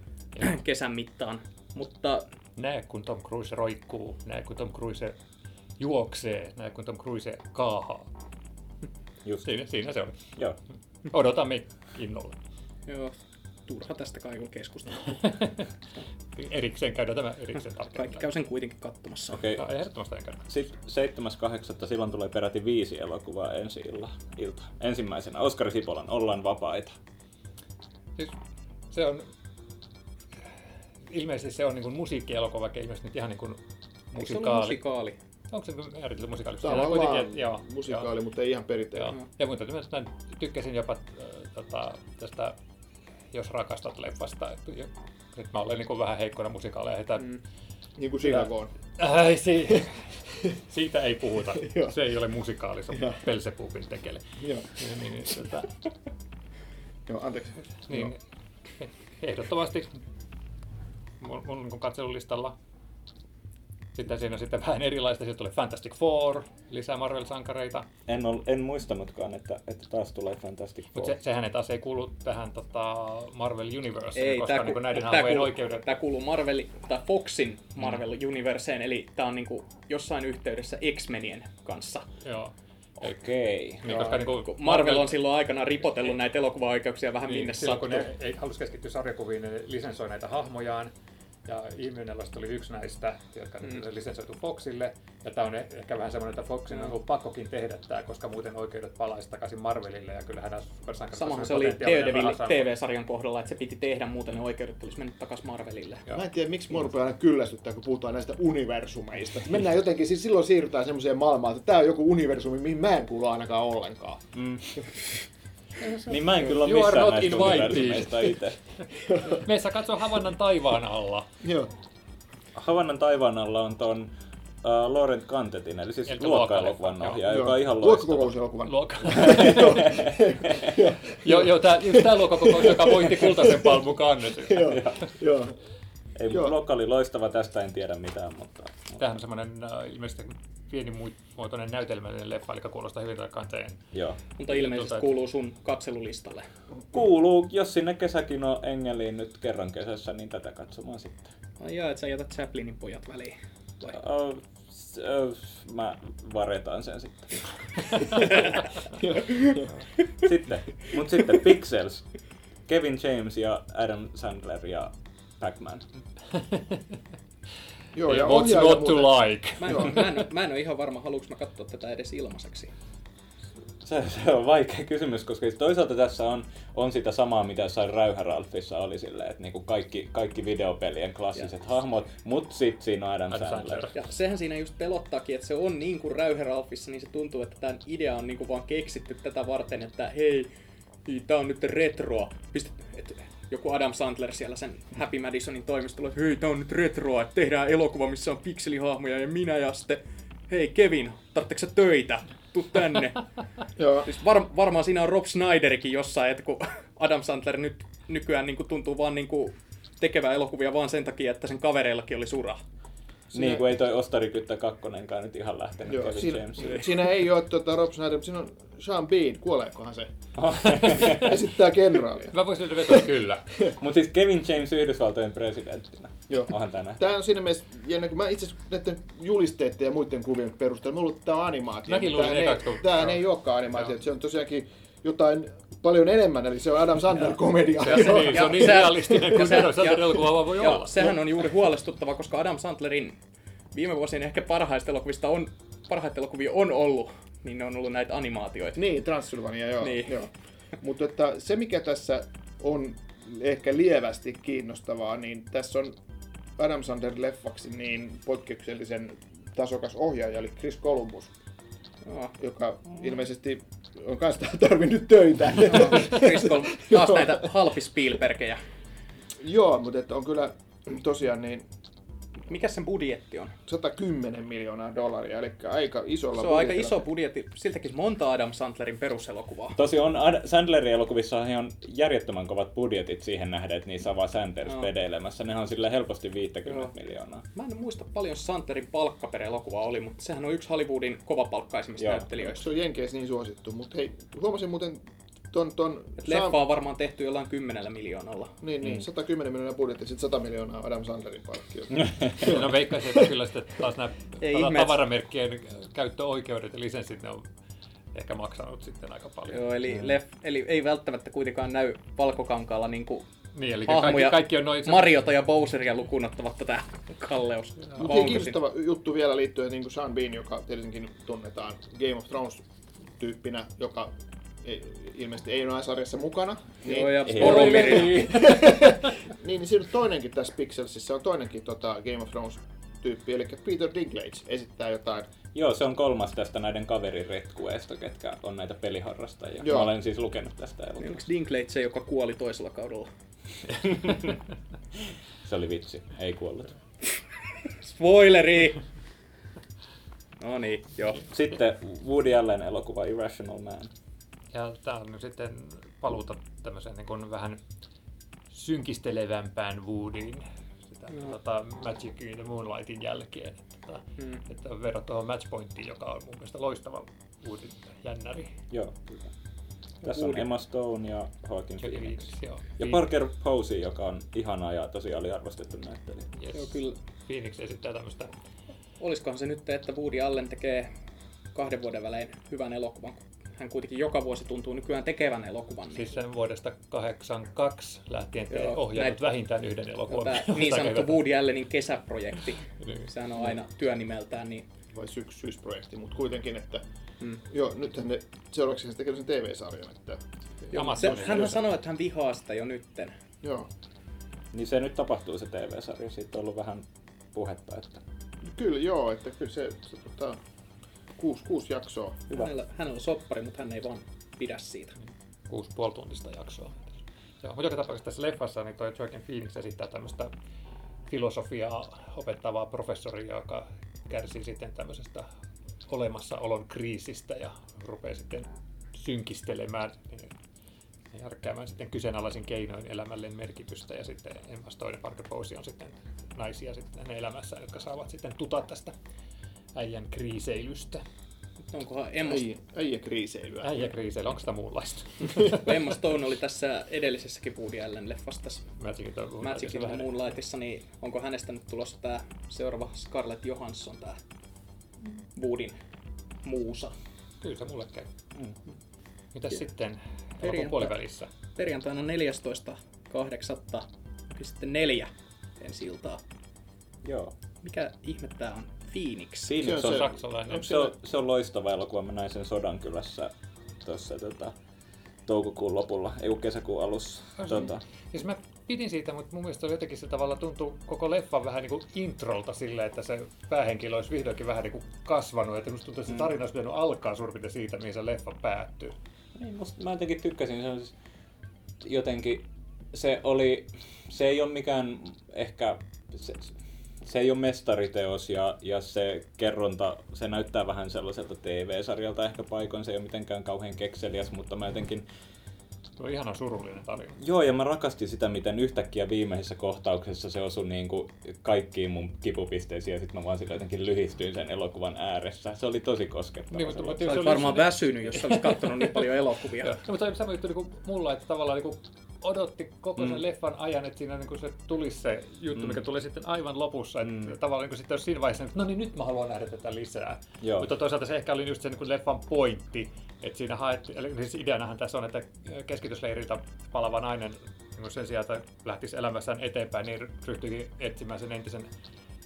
Speaker 3: <clears throat> kesän mittaan. Mutta
Speaker 2: Näe, kun Tom Cruise roikkuu, näe, kun Tom Cruise juoksee, näe, kun Tom Cruise kaahaa.
Speaker 1: Just.
Speaker 2: Siinä, siinä se on.
Speaker 1: Joo.
Speaker 2: Odotamme innolla.
Speaker 3: joo, turha tästä kaikilla keskustella.
Speaker 2: <laughs> Erikseen käydään tämä erikseen tarkemmin.
Speaker 3: Kaikki käy sen kuitenkin katsomassa.
Speaker 1: Okei.
Speaker 2: No, ehdottomasti en käy.
Speaker 1: Sitten 7.8. silloin tulee peräti viisi elokuvaa ensi illa, ilta. Ensimmäisenä Oskari Sipolan Ollaan vapaita.
Speaker 2: Siis se on... Ilmeisesti se on niin musiikkielokuva, eikä ilmeisesti nyt ihan niin kuin
Speaker 3: Eikö se ollut
Speaker 2: musikaali.
Speaker 3: musikaali?
Speaker 2: Onko se määritelty musikaaliksi?
Speaker 4: Tavallaan
Speaker 2: Kuitenkin, että- joo,
Speaker 4: musikaali, mutta ei ihan
Speaker 2: Joo.
Speaker 4: perinteinen.
Speaker 2: Joo. Ja mun täytyy myös sanoa, että tykkäsin jopa äh, tota, tästä Jos rakastat leffasta. että jo- Nyt mä olen niin kuin vähän heikkona musikaaleja. Heitä... Mm.
Speaker 4: Niin kuin Chicagoon.
Speaker 2: Ai, si- <laughs> siitä ei puhuta.
Speaker 4: Joo.
Speaker 2: se ei ole musikaali, se on Pelzebubin tekele.
Speaker 4: Joo.
Speaker 2: Niin, niin, niin, tota,
Speaker 4: Joo, anteeksi.
Speaker 2: niin, eh- ehdottomasti mun, mun niin kuin katselulistalla. Sitten siinä on sitten vähän erilaista. Sieltä tulee Fantastic Four, lisää Marvel-sankareita.
Speaker 1: En, ol, en muistanutkaan, että, että taas tulee Fantastic Four.
Speaker 2: Mutta se, sehän ei taas ei kuulu tähän tota Marvel Universeen,
Speaker 3: Ei,
Speaker 2: koska
Speaker 3: tämä
Speaker 2: niin
Speaker 3: ku,
Speaker 2: kuin näiden
Speaker 3: tää
Speaker 2: alueen
Speaker 3: kuuluu,
Speaker 2: oikeudet... Mm.
Speaker 3: tää kuuluu Marveli, tai Foxin Marvel Universeen, eli tämä on niinku jossain yhteydessä X-Menien kanssa.
Speaker 2: Joo.
Speaker 1: Okei. Okay.
Speaker 2: Niin, koska niin kuin
Speaker 3: Kun Marvel on silloin aikana ripotellut näitä elokuvaoikeuksia vähän minne
Speaker 2: Niin, silloin,
Speaker 3: Niin, sattuu.
Speaker 2: kun ne ei halus keskittyä sarjakuviin, ne lisensoi näitä hahmojaan. Ja Immunelast oli yksi näistä, jotka mm. lisensoitu Foxille. Ja tämä on e- ehkä vähän semmoinen, että Foxin on ollut pakkokin tehdä tämä, koska muuten oikeudet palaisi takaisin Marvelille. Ja kyllähän nämä supersankarit...
Speaker 3: Samahan se oli Daredevil TV-sarjan kohdalla, että se piti tehdä, muuten ne oikeudet olisi mennyt takaisin Marvelille.
Speaker 2: Joo.
Speaker 4: Mä en tiedä, miksi mua rupeaa aina kyllästyttää, kun puhutaan näistä universumeista. Mennään jotenkin, siis silloin siirrytään semmoiseen maailmaan, että tämä on joku universumi, mihin mä en kuulu ainakaan ollenkaan.
Speaker 1: Mm. Niin mä en kyllä ole
Speaker 2: You are
Speaker 1: missään
Speaker 2: not
Speaker 1: näistä
Speaker 2: invited.
Speaker 1: universumeista itse.
Speaker 2: Meissä katso Havannan taivaan alla.
Speaker 4: Joo.
Speaker 1: Havannan taivaan alla on ton uh, Laurent Kantetin, eli siis
Speaker 2: Eli
Speaker 1: luokkaelokuvan
Speaker 2: luokkaelokuva,
Speaker 1: ohjaaja,
Speaker 4: Joo.
Speaker 1: joka on ihan loistava.
Speaker 4: Luokkakokouselokuvan.
Speaker 2: Luokka. <laughs> joo, joo, tää, just tää luokkakokous, joka voitti kultaisen palmun <laughs> kannetun.
Speaker 4: <laughs> Joo, joo.
Speaker 1: Ei,
Speaker 4: Joo.
Speaker 1: mutta luokka oli loistava, tästä en tiedä mitään, mutta...
Speaker 2: Tämähän on semmoinen äh, ilmeisesti pienimuotoinen näytelmällinen leffa, eli kuulostaa hyvin tältä kanteen.
Speaker 1: Joo.
Speaker 3: Mutta ilmeisesti
Speaker 2: Tota-
Speaker 3: kuuluu sun katselulistalle.
Speaker 1: Kuuluu, jos sinne kesäkino Engeliin nyt kerran kesässä, niin tätä katsomaan sitten.
Speaker 3: Ai jaa, et sä jätät Chaplinin pojat väliin. Vai?
Speaker 1: Uh, mä varetaan sen sitten. <laughs> sitten. Mut sitten Pixels. Kevin James ja Adam Sandler ja Pac-Man.
Speaker 4: Joo, ja
Speaker 2: What's
Speaker 4: ohjaaja
Speaker 2: not to
Speaker 4: muuten-
Speaker 2: like?
Speaker 3: Mä en,
Speaker 4: Joo.
Speaker 3: mä, en, mä en ole ihan varma, haluuks mä katsoa tätä edes ilmaiseksi.
Speaker 1: Se, se on vaikea kysymys, koska siis toisaalta tässä on, on sitä samaa, mitä jossain Räyhäralfissa oli silleen, että niinku kaikki, kaikki videopelien klassiset hahmot, mut sit siinä on Adam
Speaker 2: Adam
Speaker 1: Sandler.
Speaker 2: Sandler.
Speaker 3: Ja sehän siinä just pelottaakin, että se on niin kuin Räyheralfissa, niin se tuntuu, että tämän idea on niin kuin vaan keksitty tätä varten, että hei, hei, tää on nyt retroa. Pist, et, joku Adam Sandler siellä sen Happy Madisonin toimistolla, että hei, tää on nyt retroa, että tehdään elokuva, missä on pikselihahmoja ja minä ja sitten, hei Kevin, tarvitsetko sä töitä? Tuu tänne.
Speaker 4: Joo.
Speaker 3: Siis var, varmaan siinä on Rob Schneiderkin jossain, että kun Adam Sandler nyt nykyään niin kuin tuntuu vaan niin kuin tekevää elokuvia vaan sen takia, että sen kavereillakin oli sura.
Speaker 1: Niin kuin ei toi Ostarikyttä kakkonenkaan nyt ihan lähtenyt
Speaker 4: Joo,
Speaker 1: Kevin
Speaker 4: siinä,
Speaker 1: <laughs> Jamesille.
Speaker 4: siinä ei ole tuota, Rob Schneider, mutta siinä on Sean Bean, kuoleekohan se? Esittää kenraalia.
Speaker 2: Mä voisin vetää
Speaker 4: <laughs>
Speaker 2: kyllä.
Speaker 1: Mutta siis Kevin James Yhdysvaltojen presidenttinä.
Speaker 4: Joo.
Speaker 1: Onhan tänään.
Speaker 4: Tämä on siinä mielessä, ja niin kuin mä itse asiassa näiden julisteiden ja muiden kuvien perusteella, mulla ollut tämä animaatio.
Speaker 2: Mäkin
Speaker 4: mutta
Speaker 2: luulin
Speaker 4: tämähän
Speaker 2: ekaksi, kun-
Speaker 4: ei, tämähän
Speaker 2: joo.
Speaker 4: ei olekaan animaatio,
Speaker 2: Joo.
Speaker 4: että se on tosiaankin jotain paljon enemmän, eli se on Adam Sandler-komedia.
Speaker 2: Se, se, niin, se on niin
Speaker 3: sä-
Speaker 2: realistinen
Speaker 3: ja
Speaker 2: kuin
Speaker 3: sä-
Speaker 2: se Adam Sandler
Speaker 3: ja-
Speaker 2: elokuva vaan voi
Speaker 3: ja
Speaker 2: olla.
Speaker 3: Sehän on juuri huolestuttava, koska Adam Sandlerin viime vuosien ehkä parhaista elokuvista on, parhaita elokuvia on ollut, niin ne on ollut näitä animaatioita.
Speaker 4: Niin, Transylvania, joo.
Speaker 3: Niin.
Speaker 4: Niin. joo. Mutta että se, mikä tässä on ehkä lievästi kiinnostavaa, niin tässä on Adam Sandler-leffaksi niin poikkeuksellisen tasokas ohjaaja, eli Chris Columbus,
Speaker 3: Joo.
Speaker 4: joka ilmeisesti on kanssa tarvinnut töitä. <laughs>
Speaker 3: Crystal,
Speaker 2: <laughs>
Speaker 3: taas
Speaker 4: Joo.
Speaker 3: näitä halpi Spielbergejä.
Speaker 4: Joo, mutta että on kyllä tosiaan niin
Speaker 3: Mikä sen budjetti on?
Speaker 4: 110 miljoonaa dollaria, eli aika isolla
Speaker 3: Se on aika
Speaker 4: budjetilla.
Speaker 3: iso budjetti, siltäkin monta Adam Sandlerin peruselokuvaa.
Speaker 1: Tosi on, Ad- Sandlerin elokuvissa on ihan järjettömän kovat budjetit siihen nähden, että niissä on vaan Sanders
Speaker 3: Joo.
Speaker 1: pedeilemässä. Ne on sille helposti 50
Speaker 3: Joo.
Speaker 1: miljoonaa.
Speaker 3: Mä en muista paljon Sandlerin palkka per elokuva oli, mutta sehän on yksi Hollywoodin kovapalkkaisimmista
Speaker 1: Joo.
Speaker 3: näyttelijöistä.
Speaker 4: Se on Jenkeissä niin suosittu, mutta hei, huomasin muuten ton, ton
Speaker 3: Et
Speaker 4: Sam-
Speaker 3: leffa on Mm. varmaan tehty jollain kymmenellä miljoonalla.
Speaker 4: Niin, niin. 110 miljoonaa budjetti, sitten 100 miljoonaa Adam Sandlerin
Speaker 3: <laughs>
Speaker 4: palkkio.
Speaker 2: No veikkaisin, että kyllä sitten taas nämä
Speaker 3: Ei
Speaker 2: tava-
Speaker 3: ihme, et-
Speaker 2: tavaramerkkien käyttöoikeudet ja lisenssit ne on ehkä maksanut sitten aika paljon.
Speaker 3: Joo, eli, leff, eli ei välttämättä kuitenkaan näy valkokankaalla niinku
Speaker 2: Niin, eli kaikki,
Speaker 3: hahmoja,
Speaker 2: kaikki on noin itse-
Speaker 3: Mariota ja Bowseria lukuun ottamatta tää kalleus.
Speaker 4: Mutta hei, kiinnostava juttu vielä liittyen niin Sean Bean, joka tietenkin tunnetaan Game of Thrones-tyyppinä, joka ei, ilmeisesti ei ole sarjassa mukana. Niin,
Speaker 3: Joo, ja
Speaker 1: Ei.
Speaker 3: Boromir.
Speaker 4: niin, niin siinä on toinenkin tässä Pixelsissa, on toinenkin tota, Game of Thrones-tyyppi, eli Peter Dinklage esittää jotain.
Speaker 1: Joo, se on kolmas tästä näiden kaveriretkueista, ketkä on näitä peliharrastajia.
Speaker 4: Joo.
Speaker 1: Mä olen siis lukenut tästä
Speaker 3: Oliko
Speaker 1: elokuvasta.
Speaker 3: Dinklage se, joka kuoli toisella kaudella?
Speaker 1: Se oli vitsi, ei kuollut. <laughs>
Speaker 3: Spoileri! No niin, joo.
Speaker 1: Sitten Woody Allen elokuva Irrational Man.
Speaker 2: Ja tämä on nyt sitten paluuta tämmöiseen niin kuin vähän synkistelevämpään Woodiin sitä,
Speaker 3: Joo.
Speaker 2: tota, Magicin ja Moonlightin jälkeen. Että,
Speaker 3: Mm.
Speaker 2: että verrat tuohon Matchpointtiin, joka on mun mielestä loistava Woodin jännäri.
Speaker 1: Joo, kyllä. Tässä on
Speaker 3: Woody.
Speaker 1: Emma Stone ja Joaquin
Speaker 2: Joaquin
Speaker 1: Phoenix.
Speaker 2: Phoenix, joo.
Speaker 1: Ja
Speaker 2: Phoenix-
Speaker 1: Parker Posey, joka on ihana ja tosiaan oli arvostettu näyttelijä.
Speaker 2: yes.
Speaker 3: Joo, kyllä.
Speaker 2: Phoenix esittää tämmöistä
Speaker 3: Olisikohan se nyt, että Woody Allen tekee kahden vuoden välein hyvän elokuvan, kun hän kuitenkin joka vuosi tuntuu nykyään tekevän elokuvan. Niin
Speaker 2: Siis sen vuodesta 82 lähtien te
Speaker 3: Joo,
Speaker 2: ohjannut
Speaker 3: näin-
Speaker 2: vähintään yhden elokuvan.
Speaker 3: tämä
Speaker 2: Aika
Speaker 3: niin sanottu
Speaker 2: hyvä.
Speaker 3: Woody Allenin kesäprojekti.
Speaker 2: Niin.
Speaker 3: Sehän on aina työnimeltään, niin
Speaker 4: Vai syks- syysprojekti, mutta kuitenkin, että
Speaker 3: Mm.
Speaker 4: joo, nythän ne seuraavaksi se tekee sen TV-sarjan, että
Speaker 3: se,
Speaker 2: Amazonin
Speaker 3: hän
Speaker 2: ylös.
Speaker 3: sanoi, että hän vihaa sitä jo nytten.
Speaker 4: joo.
Speaker 1: Niin se nyt tapahtuu se TV-sarja, siitä on ollut vähän puhetta, että
Speaker 4: Kyllä joo, että kyllä se, se tota, kuusi, kuusi jaksoa.
Speaker 1: Hyvä.
Speaker 3: Hänellä, hänellä on soppari, mutta hän ei vaan pidä siitä.
Speaker 2: kuusi puoli tuntista jaksoa. Joo, mutta joka tapauksessa tässä leffassa niin toi Joaquin Phoenix esittää tämmöistä filosofiaa opettavaa professoria, joka kärsii sitten tämmöisestä olemassaolon kriisistä ja rupeaa sitten synkistelemään ja järkkäämään sitten kyseenalaisin keinoin elämälle merkitystä ja sitten Emma Stone ja Parker Posey on sitten naisia sitten hänen elämässään, jotka saavat sitten tuta tästä äijän kriiseilystä.
Speaker 3: Onkohan Emma,
Speaker 4: Äijä, äijä kriiseilyä.
Speaker 2: Äijän kriiseily, onko sitä muunlaista?
Speaker 3: Emma Stone oli tässä edellisessäkin Woody Allen leffassa tässä
Speaker 2: Magicin tai muun-
Speaker 3: Magicin vähän muun laitissa, niin onko hänestä nyt tulossa tää seuraava Scarlett Johansson, tää Woodin muusa?
Speaker 2: Kyllä se mulle käy.
Speaker 1: mm.
Speaker 2: Mitäs sitten
Speaker 3: Perjantai.
Speaker 2: elokuun puolivälissä?
Speaker 3: Perjantaina 14.8. onkin sitten neljä ensi iltaa.
Speaker 1: joo.
Speaker 3: Mikä ihme tää on?
Speaker 1: Phoenix
Speaker 3: Phoenix.
Speaker 4: Se
Speaker 1: on,
Speaker 4: on
Speaker 1: se,
Speaker 4: se-
Speaker 2: Saksalainen.
Speaker 4: onko
Speaker 1: se, on, se on loistava elokuva, mä näin sen Sodankylässä tuossa tota, toukokuun lopulla, ei kun kesäkuun alussa. Tota,
Speaker 2: Siis mä pidin siitä, mutta mun mielestä se oli jotenkin se tavalla tuntuu koko leffa vähän niin kuin introlta sillä, että se päähenkilö olisi vihdoinkin vähän niin kuin kasvanut. Että musta tuntuu,
Speaker 1: Mm.
Speaker 2: että se tarina olisi pitänyt alkaa suurin piirtein siitä, mihin se leffa päättyy.
Speaker 1: Niin, musta, mä jotenkin tykkäsin, se on siis jotenkin, se oli, se ei ole mikään ehkä, se, se ei ole mestariteos ja, ja se kerronta, se näyttää vähän sellaiselta TV-sarjalta ehkä paikoin, se ei ole mitenkään kauhean kekseliäs, mutta mä jotenkin,
Speaker 2: Tuo on ihana surullinen tarina.
Speaker 1: joo ja mä rakastin sitä, miten yhtäkkiä viimeisessä kohtauksessa se osui niin kuin kaikkiin mun kipupisteisiin ja sitten mä vaan sillä jotenkin lyhistyin sen elokuvan ääressä. Se oli tosi koskettava.
Speaker 2: Niin, mutta-
Speaker 1: se
Speaker 3: Sä
Speaker 2: Se
Speaker 3: olet
Speaker 2: oli
Speaker 3: varmaan
Speaker 2: se-
Speaker 3: väsynyt, jos sä olisit kattonut niin paljon
Speaker 2: <laughs>
Speaker 3: elokuvia.
Speaker 2: Joo. No, mutta se oli sama juttu niin kuin mulla, että tavallaan niin kuin odotti koko sen leffan ajan, että siinä niin kuin se tulisi se juttu,
Speaker 1: Mm.
Speaker 2: mikä tuli sitten aivan lopussa. Että
Speaker 1: Mm.
Speaker 2: Tavallaan niin kuin sitten jos siinä vaiheessa, että no niin nyt mä haluan nähdä tätä lisää.
Speaker 1: Joo.
Speaker 2: Mutta toisaalta se ehkä oli just se niin kuin leffan pointti, että siinä haettiin, eli siis ideanahan tässä on, että keskitysleiriltä palava niinku nainen niin kuin sen sijaan, että lähtisi elämässään eteenpäin, niin ryhtyikin etsimään sen entisen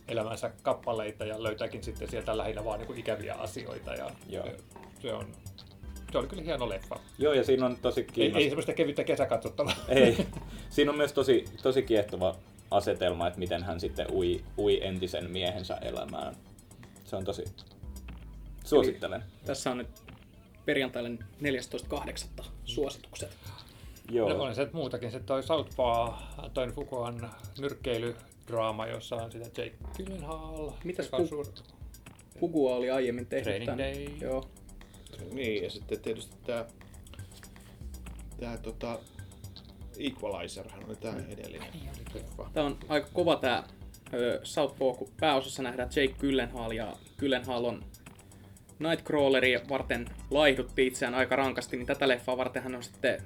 Speaker 2: elämänsä kappaleita ja löytääkin sitten sieltä lähinnä vaan niin ikäviä asioita. Ja
Speaker 1: Joo.
Speaker 2: se, se, on, se oli kyllä hieno leffa.
Speaker 1: Joo, ja siinä on tosi
Speaker 2: Ei, ei
Speaker 1: kiinnostava.
Speaker 2: semmoista kevyttä kesäkatsottavaa.
Speaker 1: <laughs> Ei. Siinä on myös tosi, tosi kiehtova asetelma, että miten hän sitten ui, ui entisen miehensä elämään. Se on tosi... Suosittelen.
Speaker 3: Tässä on nyt perjantaille 14.8. suositukset.
Speaker 2: No,
Speaker 1: Joo.
Speaker 2: on se muutakin. Se toi Southpaw, toi Fukuan nyrkkeilydraama, jossa on sitä Jake Gyllenhaal.
Speaker 3: Mitäs
Speaker 2: joka on
Speaker 3: Fu-
Speaker 2: suur...
Speaker 3: Pukua oli aiemmin tehnyt
Speaker 2: Training
Speaker 3: tämän.
Speaker 2: Day.
Speaker 3: Joo.
Speaker 4: Niin, ja sitten tietysti tämä, tämä tota, Equalizerhan oli tämä
Speaker 3: Mm.
Speaker 4: edellinen. leffa.
Speaker 3: Tämä on aika kova tämä Southpaw, kun pääosassa nähdään Jake Gyllenhaal ja Gyllenhaal on Nightcrawleria varten laihdutti itseään aika rankasti, niin tätä leffaa varten hän on sitten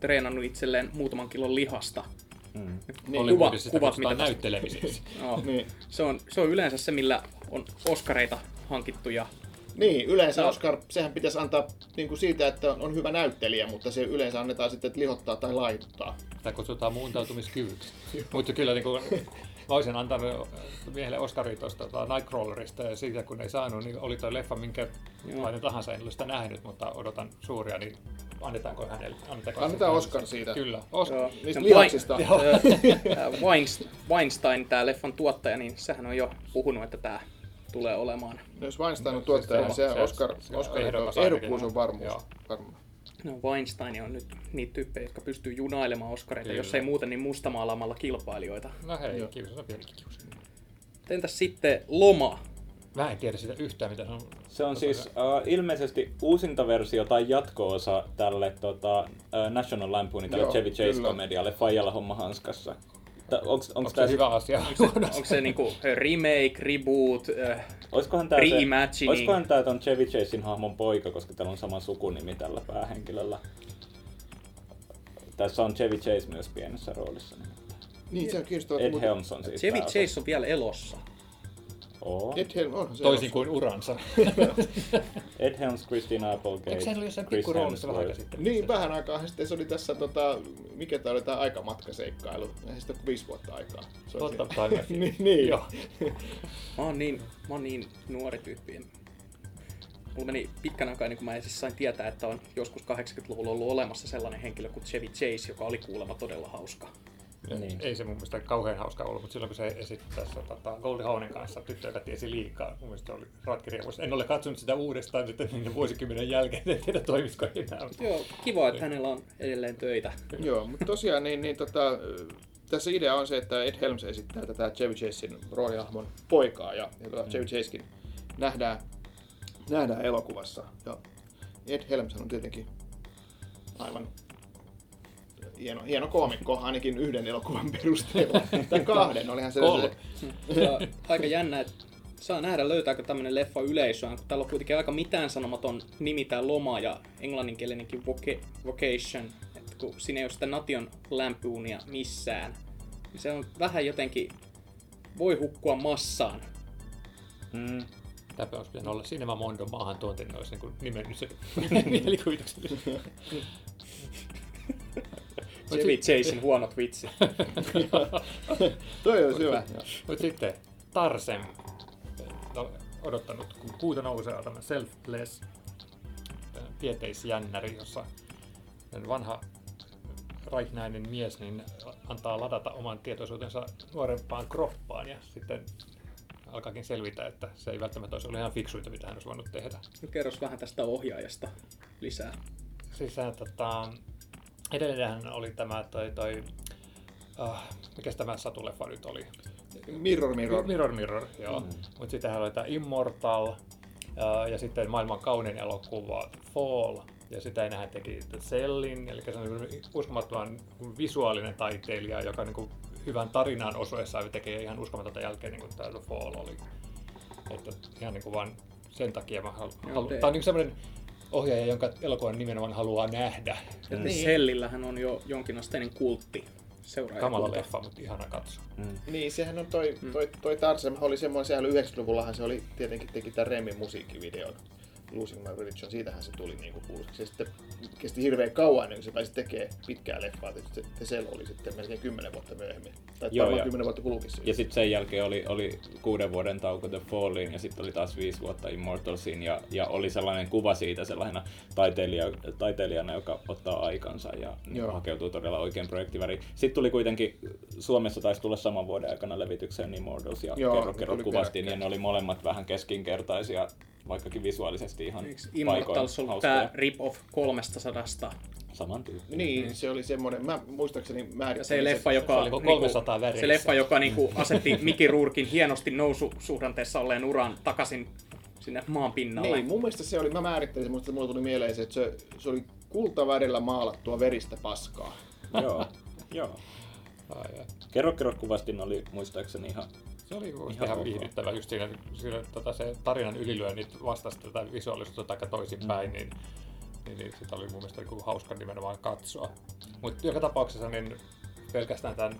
Speaker 3: treenannut itselleen muutaman kilon lihasta.
Speaker 1: Mm.
Speaker 4: Niin,
Speaker 3: Kuva-
Speaker 2: Hollywoodissa sitä
Speaker 3: kuvat,
Speaker 2: kutsutaan
Speaker 3: mitä tästä-
Speaker 2: näyttelemiseksi.
Speaker 3: Joo.
Speaker 4: niin.
Speaker 3: Se, on, se on yleensä se, millä on oskareita hankittu ja
Speaker 4: niin, yleensä
Speaker 3: No.
Speaker 4: Oscar, sehän pitäisi antaa niin kuin siitä, että on hyvä näyttelijä, mutta se yleensä annetaan sitten, että lihottaa tai laittaa.
Speaker 2: Sitä kutsutaan muuntautumiskyvyksi. Mutta kyllä niin kuin, mä olisin antanut miehelle Oscarin tuosta tota Nightcrawlerista ja siitä kun ei saanut, niin oli toi leffa minkä lainen tahansa, en ole sitä nähnyt, mutta odotan suuria, niin annetaanko hänelle? Annetaanko
Speaker 4: Annetaan
Speaker 2: hänelle?
Speaker 4: Oscar siitä.
Speaker 2: Kyllä, Oscar.
Speaker 3: Joo.
Speaker 4: Niistä
Speaker 3: Sen <laughs>
Speaker 4: lihaksista.
Speaker 3: Wein- Ää, äh, Weins- Weinstein, tämä leffan tuottaja, niin sehän on jo puhunut, että tämä tulee olemaan.
Speaker 4: No, Jos Weinstein on tuottaja, niin se,
Speaker 2: se-
Speaker 4: Oscar,
Speaker 2: se-
Speaker 4: Oscar
Speaker 2: ehdokas
Speaker 4: ehdokkuus
Speaker 2: ainakin.
Speaker 4: on varmuus.
Speaker 2: Joo.
Speaker 4: Varma.
Speaker 3: No Weinstein on nyt niitä tyyppejä, jotka pystyy junailemaan oskareita,
Speaker 2: Kyllä.
Speaker 3: jos ei muuten niin mustamaalaamalla kilpailijoita.
Speaker 2: No hei,
Speaker 4: Joo.
Speaker 2: kiusa, pieni kiusa.
Speaker 3: Entäs sitten Loma?
Speaker 2: Mä en tiedä sitä yhtään, mitä se on.
Speaker 1: Se on siis uh, ilmeisesti uusinta versio tai jatko-osa tälle tota, uh, National Lampoonin, tälle
Speaker 4: Joo,
Speaker 1: Chevy
Speaker 4: kyllä.
Speaker 1: Chase-komedialle Fajalla homma hanskassa. Ta- onks, onks
Speaker 2: Onko se
Speaker 1: tää,
Speaker 2: hyvä asia?
Speaker 3: Onko se niinku remake, reboot? Äh,
Speaker 1: siis, oiskohan tää, se,
Speaker 3: reimagining?
Speaker 1: oiskohan tää ton Chevy Chasein hahmon poika, koska täällä on sama sukunimi tällä päähenkilöllä. Tässä on Chevy Chase myös pienessä roolissa.
Speaker 4: Niin, se on kiinnostavaa.
Speaker 1: Ed
Speaker 4: mutta-
Speaker 1: Helms on siis
Speaker 3: Chevy
Speaker 1: pääosa.
Speaker 3: Chase on vielä elossa.
Speaker 1: Oo.
Speaker 4: Ed Helms, onhan se
Speaker 2: Toisin
Speaker 4: elossa.
Speaker 2: kuin uransa.
Speaker 1: Ed Helms, Christina Applegate,
Speaker 2: Eikö sehän ollut jossain
Speaker 1: Chris
Speaker 2: pikkuroolissa vähän aikaa
Speaker 1: Hemsworth.
Speaker 2: sitten?
Speaker 4: Niin, vähän aikaa sitten se oli tässä, tota, mikä tämä oli tämä aikamatkaseikkailu. Eihän sitä kuin viisi vuotta aikaa. Se oli
Speaker 2: Totta,
Speaker 4: siinä.
Speaker 2: tai
Speaker 4: niin, niin.
Speaker 2: Joo.
Speaker 3: Mä oon niin, mä oon niin nuori tyyppi. Mulla meni pitkän aikaa, niin kun mä edes sain tietää, että on joskus 80-luvulla ollut olemassa sellainen henkilö kuin Chevy Chase, joka oli kuulemma todella hauska.
Speaker 1: Niin.
Speaker 2: Ei se mun mielestä kauhean hauska ollut, mutta silloin kun se esitti tässä tota, Goldie Hawnin kanssa, tyttö joka tiesi liikaa. Mun mielestä se oli ratkirjaus. En ole katsonut sitä uudestaan sitten niiden vuosikymmenen jälkeen, en tiedä toimisiko enää.
Speaker 3: Joo, kiva, että hänellä on edelleen töitä.
Speaker 4: Joo, mutta tosiaan niin, niin tota, ö, tässä idea on se, että Ed Helms esittää tätä Chevy Chasein roolihahmon poikaa ja, ja tota, Chevy Chasekin nähdään, nähdään elokuvassa. Ja Ed Helms on tietenkin aivan hieno, hieno koomikko, ainakin yhden elokuvan perusteella. tai kahden, olihan se... <laughs>
Speaker 2: Kolme.
Speaker 3: Ja aika jännä, että saa nähdä löytääkö tämmönen leffa yleisöä, kun täällä on kuitenkin aika mitään sanomaton nimi tää loma ja englanninkielinenkin voca- vocation, että kun siinä ei ole sitä nation lämpyyniä missään. niin Se on vähän jotenkin, voi hukkua massaan.
Speaker 1: Mm.
Speaker 2: Tämä olisi pitänyt olla Cinema Mondon maahantuonti, niin olisi niin nimennyt se mielikuvituksen.
Speaker 3: Chevy Chasein huonot vitsit.
Speaker 4: Toi olisi hyvä. joo.
Speaker 2: Mutta sitten Tarsem No, odottanut, kun puuta nousee, on tämä Selfless äh, tieteisjännäri, jossa tämmönen vanha raihnäinen mies niin antaa ladata oman tietoisuutensa nuorempaan kroppaan ja sitten alkaakin selvitä, että se ei välttämättä olisi ollut ihan fiksuinta, mitä hän olisi voinut tehdä.
Speaker 3: No Kerros vähän tästä ohjaajasta lisää.
Speaker 2: Siis hän, tota, edellinenhän oli tämä toi, toi uh, mikä tämä satuleffa nyt oli?
Speaker 4: Mirror, mirror.
Speaker 2: Mirror Mirror, joo. Mm. Mutta sittenhän oli tämä Immortal ää, ja sitten maailman kaunein elokuva Fall. Ja sitä ei hän teki The Cellin, eli se on uskomattoman visuaalinen taiteilija, joka niin hyvän tarinan osuessaan tekee ihan uskomatonta jälkeen, niin kuin tämä The Fall oli. Että ihan niin kuin vaan sen takia mä haluan.
Speaker 3: Joo,
Speaker 2: Halu-
Speaker 3: te-
Speaker 2: tämä on niin sellainen ohjaaja, jonka elokuvan nimenomaan haluaa nähdä.
Speaker 3: Ja niin. Sellillähän on jo jonkinasteinen kultti. Seuraaja
Speaker 2: Kamala leffa, mutta ihana katsoa.
Speaker 1: Mm.
Speaker 4: Niin, sehän on toi, toi, toi Tarsem oli semmoinen, sehän oli 90-luvullahan se oli, tietenkin teki tämän Remin musiikkivideon. Losing My Religion, siitähän se tuli niinku kuuluisaksi. Ja sitten kesti hirveän kauan ennen kuin se pääsi tekemään pitkää leffaa. Tietysti se Tesel oli sitten melkein 10 vuotta myöhemmin. Tai
Speaker 1: Joo,
Speaker 4: Joo, varmaan
Speaker 1: ja-
Speaker 4: 10 vuotta kulukin
Speaker 1: Ja
Speaker 4: siitä.
Speaker 1: sitten sen jälkeen oli, oli kuuden vuoden tauko The Falliin ja sitten oli taas viisi vuotta Immortalsiin ja, ja oli sellainen kuva siitä sellaisena taiteilija, taiteilijana, joka ottaa aikansa ja
Speaker 4: Joo.
Speaker 1: Joo. hakeutuu todella oikein projektiväriin. Sitten tuli kuitenkin, Suomessa taisi tulla saman vuoden aikana levitykseen Immortals ja
Speaker 4: Joo,
Speaker 1: Kerro
Speaker 4: ne
Speaker 1: Kerro
Speaker 4: tuli
Speaker 1: kuvastiin ja
Speaker 4: peräkkäin.
Speaker 1: ne oli molemmat vähän keskinkertaisia, vaikkakin visuaalisesti ihan
Speaker 3: Eikö
Speaker 1: paikoin
Speaker 3: Siis Immortals ollut
Speaker 1: hauskoja.
Speaker 3: tää rip-off 300?
Speaker 1: Samantyyppinen.
Speaker 4: Niin, se oli semmoinen, mä muistaakseni määrittelin
Speaker 3: Ja se leffa, joka... niinku-
Speaker 2: se oli kuin 300 värissä.
Speaker 3: Se leffa, joka niinku asetti Mickey Rourkin hienosti noususuhdanteessa olleen uran takaisin sinne maan pinnalle.
Speaker 4: Niin, mun mielestä se oli, mä määrittelin sen, mutta mulla tuli mieleen se, että se, se oli kultavärillä maalattua veristä paskaa.
Speaker 1: <laughs> Joo, joo.
Speaker 2: Ai, ai.
Speaker 1: Kerro Kerro kuvastiin oli muistaakseni ihan
Speaker 2: Se oli ihan,
Speaker 1: ok.
Speaker 2: ihan viihdyttävä just siinä, siinä tota, se tarinan ylilyönnit vastasi tätä visuaalisuutta tai toisinpäin,
Speaker 1: Mm.
Speaker 2: niin, niin, niin sitä oli mun mielestä niin hauska nimenomaan katsoa. Mutta joka tapauksessa niin pelkästään tämän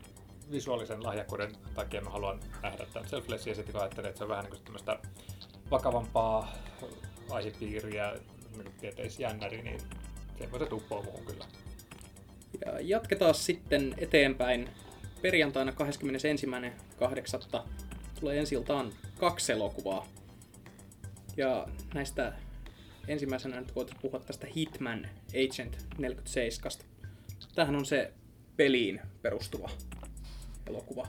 Speaker 2: visuaalisen lahjakkuuden takia mä haluan nähdä tämän selflessin ja sitten kun ajattelin, että se on vähän niin tämmöistä vakavampaa aihepiiriä, niin tieteisjännäri, niin semmoiset uppoo muuhun kyllä.
Speaker 3: Ja jatketaan sitten eteenpäin. Perjantaina 21.8. tulee ensi iltaan kaksi elokuvaa. Ja näistä ensimmäisenä nyt voitaisiin puhua tästä Hitman Agent 47. Tämähän on se peliin perustuva elokuva.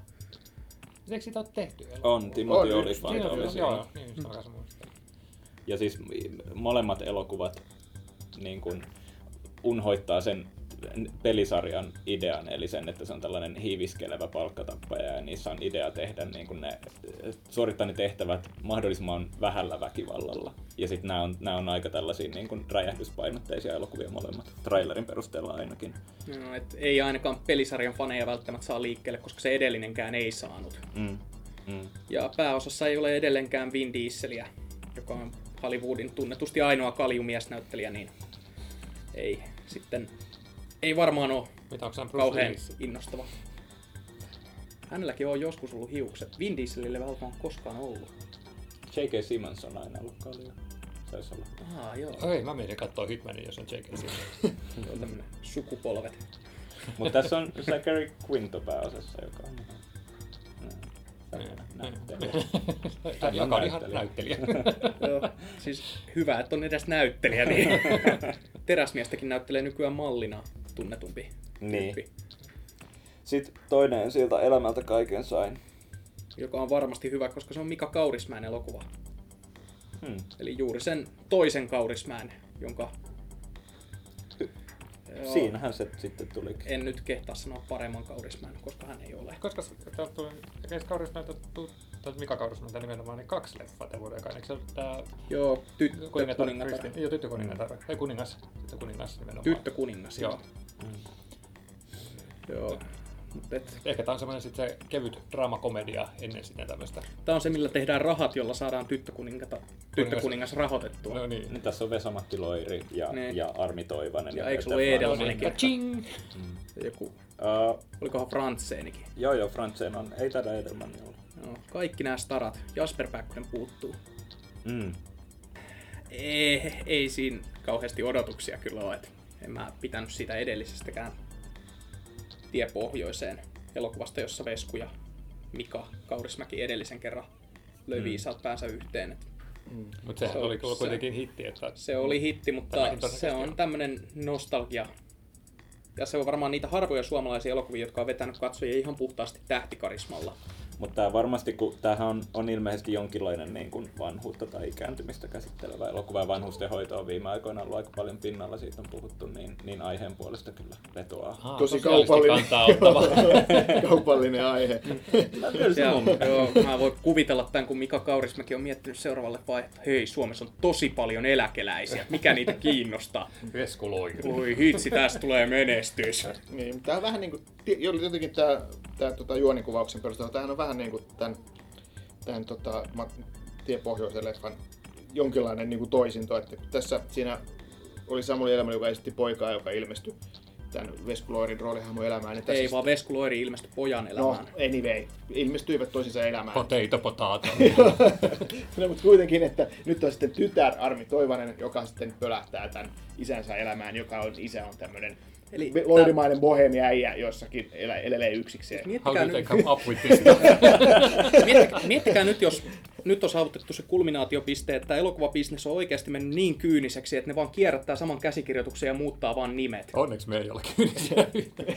Speaker 2: Eikö sitä ole tehty?
Speaker 1: on, Timothy
Speaker 4: On,
Speaker 1: Olyphant
Speaker 4: Timothy
Speaker 1: oli
Speaker 4: Olyphant,
Speaker 1: siinä.
Speaker 2: Joo, niin, se on muistaa.
Speaker 1: Ja siis molemmat elokuvat niin kuin unhoittaa sen pelisarjan idean, eli sen, että se on tällainen hiiviskelevä palkkatappaja ja niissä on idea tehdä niin kuin ne, suorittaa ne tehtävät mahdollisimman vähällä väkivallalla. Ja sitten nämä on, nämä on aika tällaisia niin kuin räjähdyspainotteisia elokuvia molemmat, trailerin perusteella ainakin.
Speaker 3: No, et ei ainakaan pelisarjan faneja välttämättä saa liikkeelle, koska se edellinenkään ei saanut.
Speaker 1: Mm. Mm.
Speaker 3: Ja pääosassa ei ole edelleenkään Vin Dieseliä, joka on Hollywoodin tunnetusti ainoa kaljumiesnäyttelijä, niin ei sitten, ei varmaan ole
Speaker 2: Mitä onko se Bruce
Speaker 3: kauhean
Speaker 2: Willis?
Speaker 3: innostava. Hänelläkin on joskus ollut hiukset. Vin Dieselille varmaan koskaan ollut.
Speaker 1: J.K. Simmons on aina ollut kalja. Saisi olla.
Speaker 3: Aa, joo.
Speaker 2: Ei, mä menin katsoa Hitmanin, jos on J.K. Simmons.
Speaker 3: Joo, tämmönen sukupolvet.
Speaker 1: Mutta tässä on Zachary Quinto pääosassa, joka on ihan...
Speaker 2: Niin,
Speaker 1: Mm. Näyttelijä.
Speaker 2: Hän
Speaker 1: Hän on
Speaker 2: joka on ihan
Speaker 1: näyttelijä.
Speaker 2: näyttelijä.
Speaker 3: joo. Siis hyvä, että on edes näyttelijä.
Speaker 2: <laughs>
Speaker 3: Niin. Teräsmiestäkin näyttelee nykyään mallina tunnetumpi.
Speaker 1: Niin.
Speaker 3: tyyppi,
Speaker 1: Sitten toinen siltä elämältä kaiken sain.
Speaker 3: Joka on varmasti hyvä, koska se on Mika Kaurismäen elokuva.
Speaker 1: Hmm.
Speaker 3: Eli juuri sen toisen kaurismään,
Speaker 1: <laughs>
Speaker 3: jonka... Joo,
Speaker 1: Siinähän se sitten tuli.
Speaker 3: En nyt kehtaa sanoa paremman kaurismään, koska hän ei ole.
Speaker 2: Koska s- täältä tuli, siis eikä Kaurismäeltä tu- tai Mika Kaurismäeltä nimenomaan, niin kaksi leffaa tämän vuoden aikana. Eikö se ole tää
Speaker 3: Joo, tyttö
Speaker 2: kuningatar,
Speaker 3: kuningatar.
Speaker 2: Kristi- joo, tyttökuningatar, ei kuningas, tyttökuningas nimenomaan.
Speaker 3: Tyttö kuningas.
Speaker 2: Joo.
Speaker 1: Hmm.
Speaker 3: Joo. Mut et,
Speaker 2: Ehkä tää on semmoinen sit se kevyt draamakomedia ennen sitä tämmöstä.
Speaker 3: tää on se, millä tehdään rahat, jolla saadaan tyttökuningata, tyttökuningas rahoitettua.
Speaker 2: No niin.
Speaker 1: Niin, tässä on Vesa-Matti Loiri ja,
Speaker 3: Niin.
Speaker 1: ja Armi Toivanen. jotka
Speaker 3: Ja eikö
Speaker 1: tätä
Speaker 3: ollut
Speaker 1: vaan-
Speaker 3: Edel-
Speaker 2: No
Speaker 3: Sellainen
Speaker 2: niin.
Speaker 3: kerta.
Speaker 2: Ka-ching!
Speaker 3: Joku,
Speaker 1: Öö,
Speaker 3: olikohan Frantseenikin.
Speaker 1: joo, joo, Frantzen on. Ei taida Edelman olla.
Speaker 3: Joo, kaikki nämä starat. Jasper Pääkkönen puuttuu.
Speaker 1: Mm.
Speaker 3: Ei, ei siinä kauheasti odotuksia kyllä ole. et En mä pitänyt siitä edellisestäkään tie pohjoiseen elokuvasta, jossa Vesku ja Mika Kaurismäki edellisen kerran löi mm. viisat päänsä yhteen. Et
Speaker 2: Mut sehän
Speaker 3: Se-
Speaker 2: oli kyllä
Speaker 3: se-
Speaker 2: kuitenkin hitti, että
Speaker 3: se oli hitti,
Speaker 2: Tämäkin
Speaker 3: mutta
Speaker 2: todennäköisesti
Speaker 3: se on
Speaker 2: on.
Speaker 3: tämmönen nostalgia. Ja se on varmaan niitä harvoja suomalaisia elokuvia, jotka on vetänyt katsojia ihan puhtaasti tähtikarismalla.
Speaker 1: Mutta tämä varmasti, kun tämähän on, on ilmeisesti jonkinlainen niin kuin vanhuutta tai ikääntymistä käsittelevä elokuva, ja vanhustenhoito on viime aikoina ollut aika paljon pinnalla, siitä on puhuttu, niin, niin aiheen puolesta kyllä vetoaa.
Speaker 2: Aa,
Speaker 4: Tosi
Speaker 2: sosiaalisesti
Speaker 4: kaupallinen.
Speaker 2: kantaa ottava.
Speaker 4: <laughs>
Speaker 2: <laughs>
Speaker 4: Kaupallinen aihe.
Speaker 1: Kyllä se
Speaker 3: Ja,
Speaker 1: on.
Speaker 3: joo, mä voin kuvitella tämän, kun Mika Kaurismäki on miettinyt seuraavalle vai, että hei, Suomessa on tosi paljon eläkeläisiä, mikä niitä kiinnostaa.
Speaker 2: Veskuloikri.
Speaker 3: Voi hitsi, tästä tulee menestys.
Speaker 4: Niin, tää on vähän niinku, ti- jotenkin tää, tää tota juonikuvauksen perusteella, tämähän on vähän niinku tän, tän tota, ma- Tie pohjoisen leffan jonkinlainen niinku toisinto, että kun tässä siinä oli Samuli Elman, joka esitti poikaa, joka ilmestyi tämän Veskuloirin roolihahmon elämään. Niin
Speaker 3: Ei
Speaker 4: tässä-
Speaker 3: vaan Vesku Loiri ilmestyi pojan
Speaker 4: No,
Speaker 3: elämään.
Speaker 4: anyway. Ilmestyivät toisinsa elämään.
Speaker 2: Potato, potato.
Speaker 3: <laughs>
Speaker 4: no, mutta kuitenkin, että nyt on sitten tytär Armi Toivanen, joka sitten pölähtää tämän isänsä elämään, joka on isä on tämmöinen
Speaker 3: Eli
Speaker 4: loirimainen bohemiäijä jossakin elä, elelee yksikseen.
Speaker 2: How
Speaker 3: Miettikää
Speaker 2: did they
Speaker 3: nyt,
Speaker 2: come up with this? stuff? <laughs>
Speaker 3: miettikää, miettikää nyt, jos nyt on saavutettu se kulminaatiopiste, että elokuvabisnes on oikeasti mennyt niin kyyniseksi, että ne vaan kierrättää saman käsikirjoituksen ja muuttaa vaan nimet.
Speaker 2: Onneksi me ei ole kyynisiä yhtään.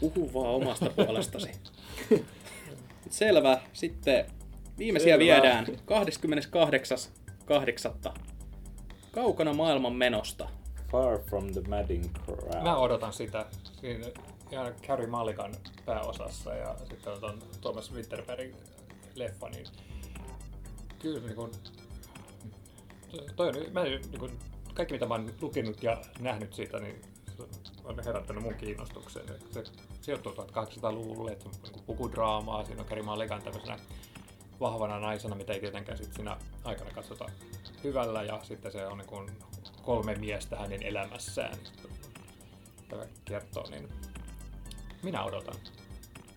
Speaker 3: Puhu vaan omasta puolestasi. Selvä. Sitten viimeisiä
Speaker 4: Selvä.
Speaker 3: viedään 28.8. Kaukana maailman menosta.
Speaker 1: Far from the madding crowd.
Speaker 2: Mä odotan sitä. Siinä ihan Carrie Mulligan pääosassa ja sitten on ton Thomas Winterbergin leffa, niin kyllä niin kun, toi on, mä, en- niin kun, kaikki mitä mä oon lukenut ja nähnyt siitä, niin se on herättänyt mun kiinnostuksen. Se sijoittuu 1800-luvulle, että se on niin pukudraamaa, siinä on Carrie Mulligan tämmöisenä vahvana naisena, mitä ei tietenkään sit siinä aikana katsota hyvällä, ja sitten se on niin kun kolme miestä hänen elämässään tämä kertoo, niin minä odotan.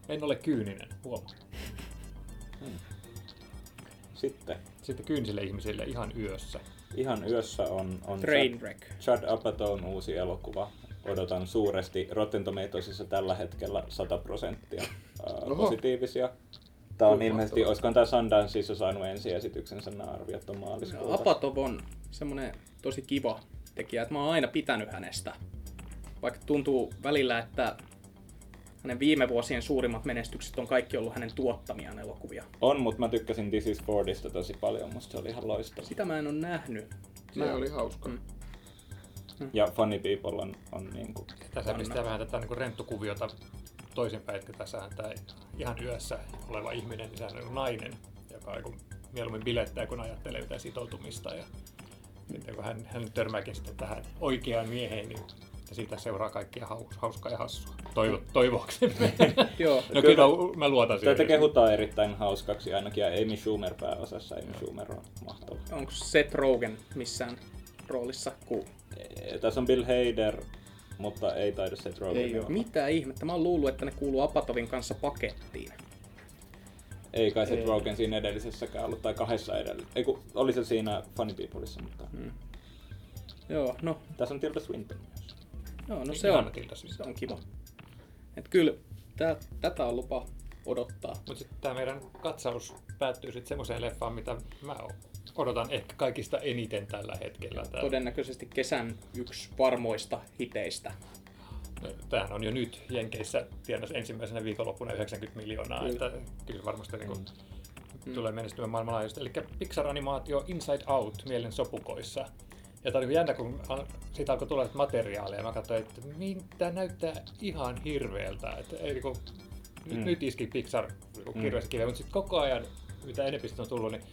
Speaker 2: En ole kyyninen, huomaa.
Speaker 1: Sitten
Speaker 2: Sitten kyynisille ihmisille ihan yössä.
Speaker 1: ihan yössä on, on
Speaker 3: Trainwreck.
Speaker 1: Chad Apatown uusi elokuva. Odotan suuresti. Rotten Tomatoesissa tällä hetkellä 100 prosenttia
Speaker 4: Oho.
Speaker 1: positiivisia. Tämä on
Speaker 2: Kuulostaa.
Speaker 1: ilmeisesti, olisikohan tämä Sundanceissa saanut ensiesityksensä nämä arviot on maaliskuuta.
Speaker 2: No,
Speaker 3: Apatov on semmonen tosi kiva tekijä, että mä oon aina pitänyt hänestä. Vaikka tuntuu välillä, että hänen viime vuosien suurimmat menestykset on kaikki ollut hänen tuottamiaan elokuvia.
Speaker 1: On, mutta mä tykkäsin This is Fordista tosi paljon, musta se oli ihan loistava.
Speaker 3: Sitä mä en ole nähnyt.
Speaker 4: Se oli hauska.
Speaker 3: Mm.
Speaker 4: Mm.
Speaker 1: Ja Funny People on, on niinku,
Speaker 2: Tässä pistää vähän tätä niin renttukuviota toisinpäin, että tässähän tämä ihan yössä oleva ihminen, niin sehän on nainen, joka on niin mieluummin bilettää, kun ajattelee jotain sitoutumista. Ja sitten kun hän, hän törmääkin sitten tähän oikeaan mieheen, niin ja siitä seuraa kaikkia haus, hauskaa ja hassua. Toivo, toivoksemme.
Speaker 3: Joo.
Speaker 2: No kyllä mä- mä luotan siihen.
Speaker 1: Tätä kehutaan erittäin hauskaksi ainakin, ja Amy Schumer pääosassa. Amy Schumer on mahtava.
Speaker 3: Onko Seth Rogen missään roolissa? Ku...
Speaker 1: E- Tässä on Bill Hader, mutta ei taida Seth Rogen.
Speaker 4: Ei oo.
Speaker 1: olla.
Speaker 3: Mitä ihmettä? Mä oon luullut, että ne kuuluu Apatovin kanssa pakettiin.
Speaker 1: Ei kai
Speaker 4: Ei.
Speaker 1: Seth Rogen siinä edellisessäkään ollut, tai kahdessa edellisessä. Ei kun, oli se siinä Funny Peopleissa, mutta
Speaker 4: Mm.
Speaker 3: Joo, no,
Speaker 1: tässä on Tilda Swinton myös.
Speaker 3: joo, no
Speaker 2: Niin,
Speaker 3: se
Speaker 2: ihana
Speaker 3: on,
Speaker 2: Tilda Swinton.
Speaker 3: se on kiva. Et kyllä, tää, tätä on lupa odottaa.
Speaker 2: Mutta sitten tämä meidän katsaus päättyy sitten semmoiseen leffaan, mitä mä odotan ehkä kaikista eniten tällä hetkellä. Tää-
Speaker 3: Todennäköisesti kesän yksi varmoista hiteistä.
Speaker 2: Tämähän on jo nyt Jenkeissä tienas ensimmäisenä viikonloppuna 90 miljoonaa,
Speaker 3: Kyllä.
Speaker 2: että kyllä varmasti niin tulee menestymään maailmanlaajuisesti. Eli Pixar-animaatio Inside Out mielen sopukoissa. Ja tämä oli niin jännä, kun al- siitä alkoi tulla nyt materiaalia ja mä katsoin, että tämä näyttää ihan hirveältä. Että ei, niin kuin, nyt,
Speaker 1: Mm.
Speaker 2: nyt iski Pixar niin kirveessä kiveen, mutta sitten koko ajan, mitä enemmän sitä on tullut, niin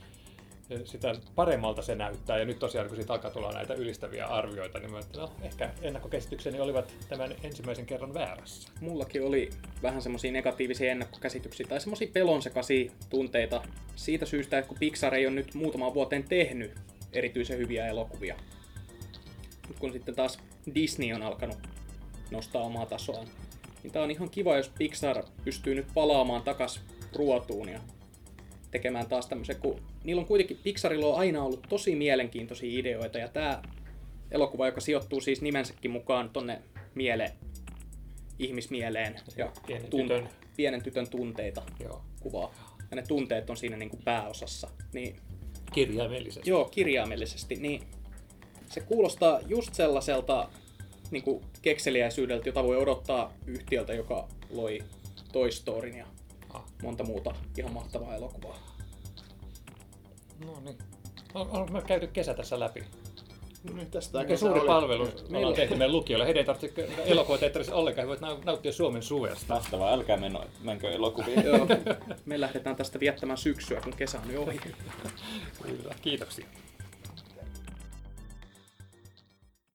Speaker 2: sitä paremmalta se näyttää. Ja nyt tosiaan, kun siitä alkaa tulla näitä ylistäviä arvioita, niin mä että no, ehkä ennakkokäsitykseni olivat tämän ensimmäisen kerran väärässä.
Speaker 3: Mullakin oli vähän semmoisia negatiivisia ennakkokäsityksiä tai semmoisia pelonsekaisia tunteita siitä syystä, että kun Pixar ei ole nyt muutamaan vuoteen tehnyt erityisen hyviä elokuvia. Mut kun sitten taas Disney on alkanut nostaa omaa tasoaan, niin tää on ihan kiva, jos Pixar pystyy nyt palaamaan takas ruotuun ja tekemään taas tämmöisen, kun niillä on kuitenkin, Pixarilla on aina ollut tosi mielenkiintoisia ideoita ja tää elokuva, joka sijoittuu siis nimensäkin mukaan tonne mieleen, ihmismieleen ja
Speaker 2: Pienen
Speaker 3: tun-
Speaker 2: tytön.
Speaker 3: pienen tytön tunteita
Speaker 2: Joo.
Speaker 3: kuvaa. Ja ne tunteet on siinä niin kuin pääosassa. Niin,
Speaker 2: Kirjaimellisesti.
Speaker 3: joo, kirjaimellisesti. Niin, se kuulostaa just sellaiselta niin kuin kekseliäisyydeltä, jota voi odottaa yhtiöltä, joka loi Toy Storyn ja
Speaker 2: Ah,
Speaker 3: monta muuta ihan mahtavaa elokuvaa.
Speaker 2: no niin. On, on, me käyty kesä tässä läpi.
Speaker 4: No niin, tästä
Speaker 2: Oikein suuri palvelus me
Speaker 3: Meillä-
Speaker 2: ollaan tehty meidän lukijoille. Heidän ei tarvitse elokuvateatterissa ollenkaan. He voivat nau- nauttia Suomen suvesta.
Speaker 1: Mahtavaa, älkää meno, menkö
Speaker 4: <laughs>
Speaker 1: elokuviin.
Speaker 3: Joo, me lähdetään tästä viettämään syksyä, kun kesä on jo ohi.
Speaker 2: Kyllä. Kiitoksia.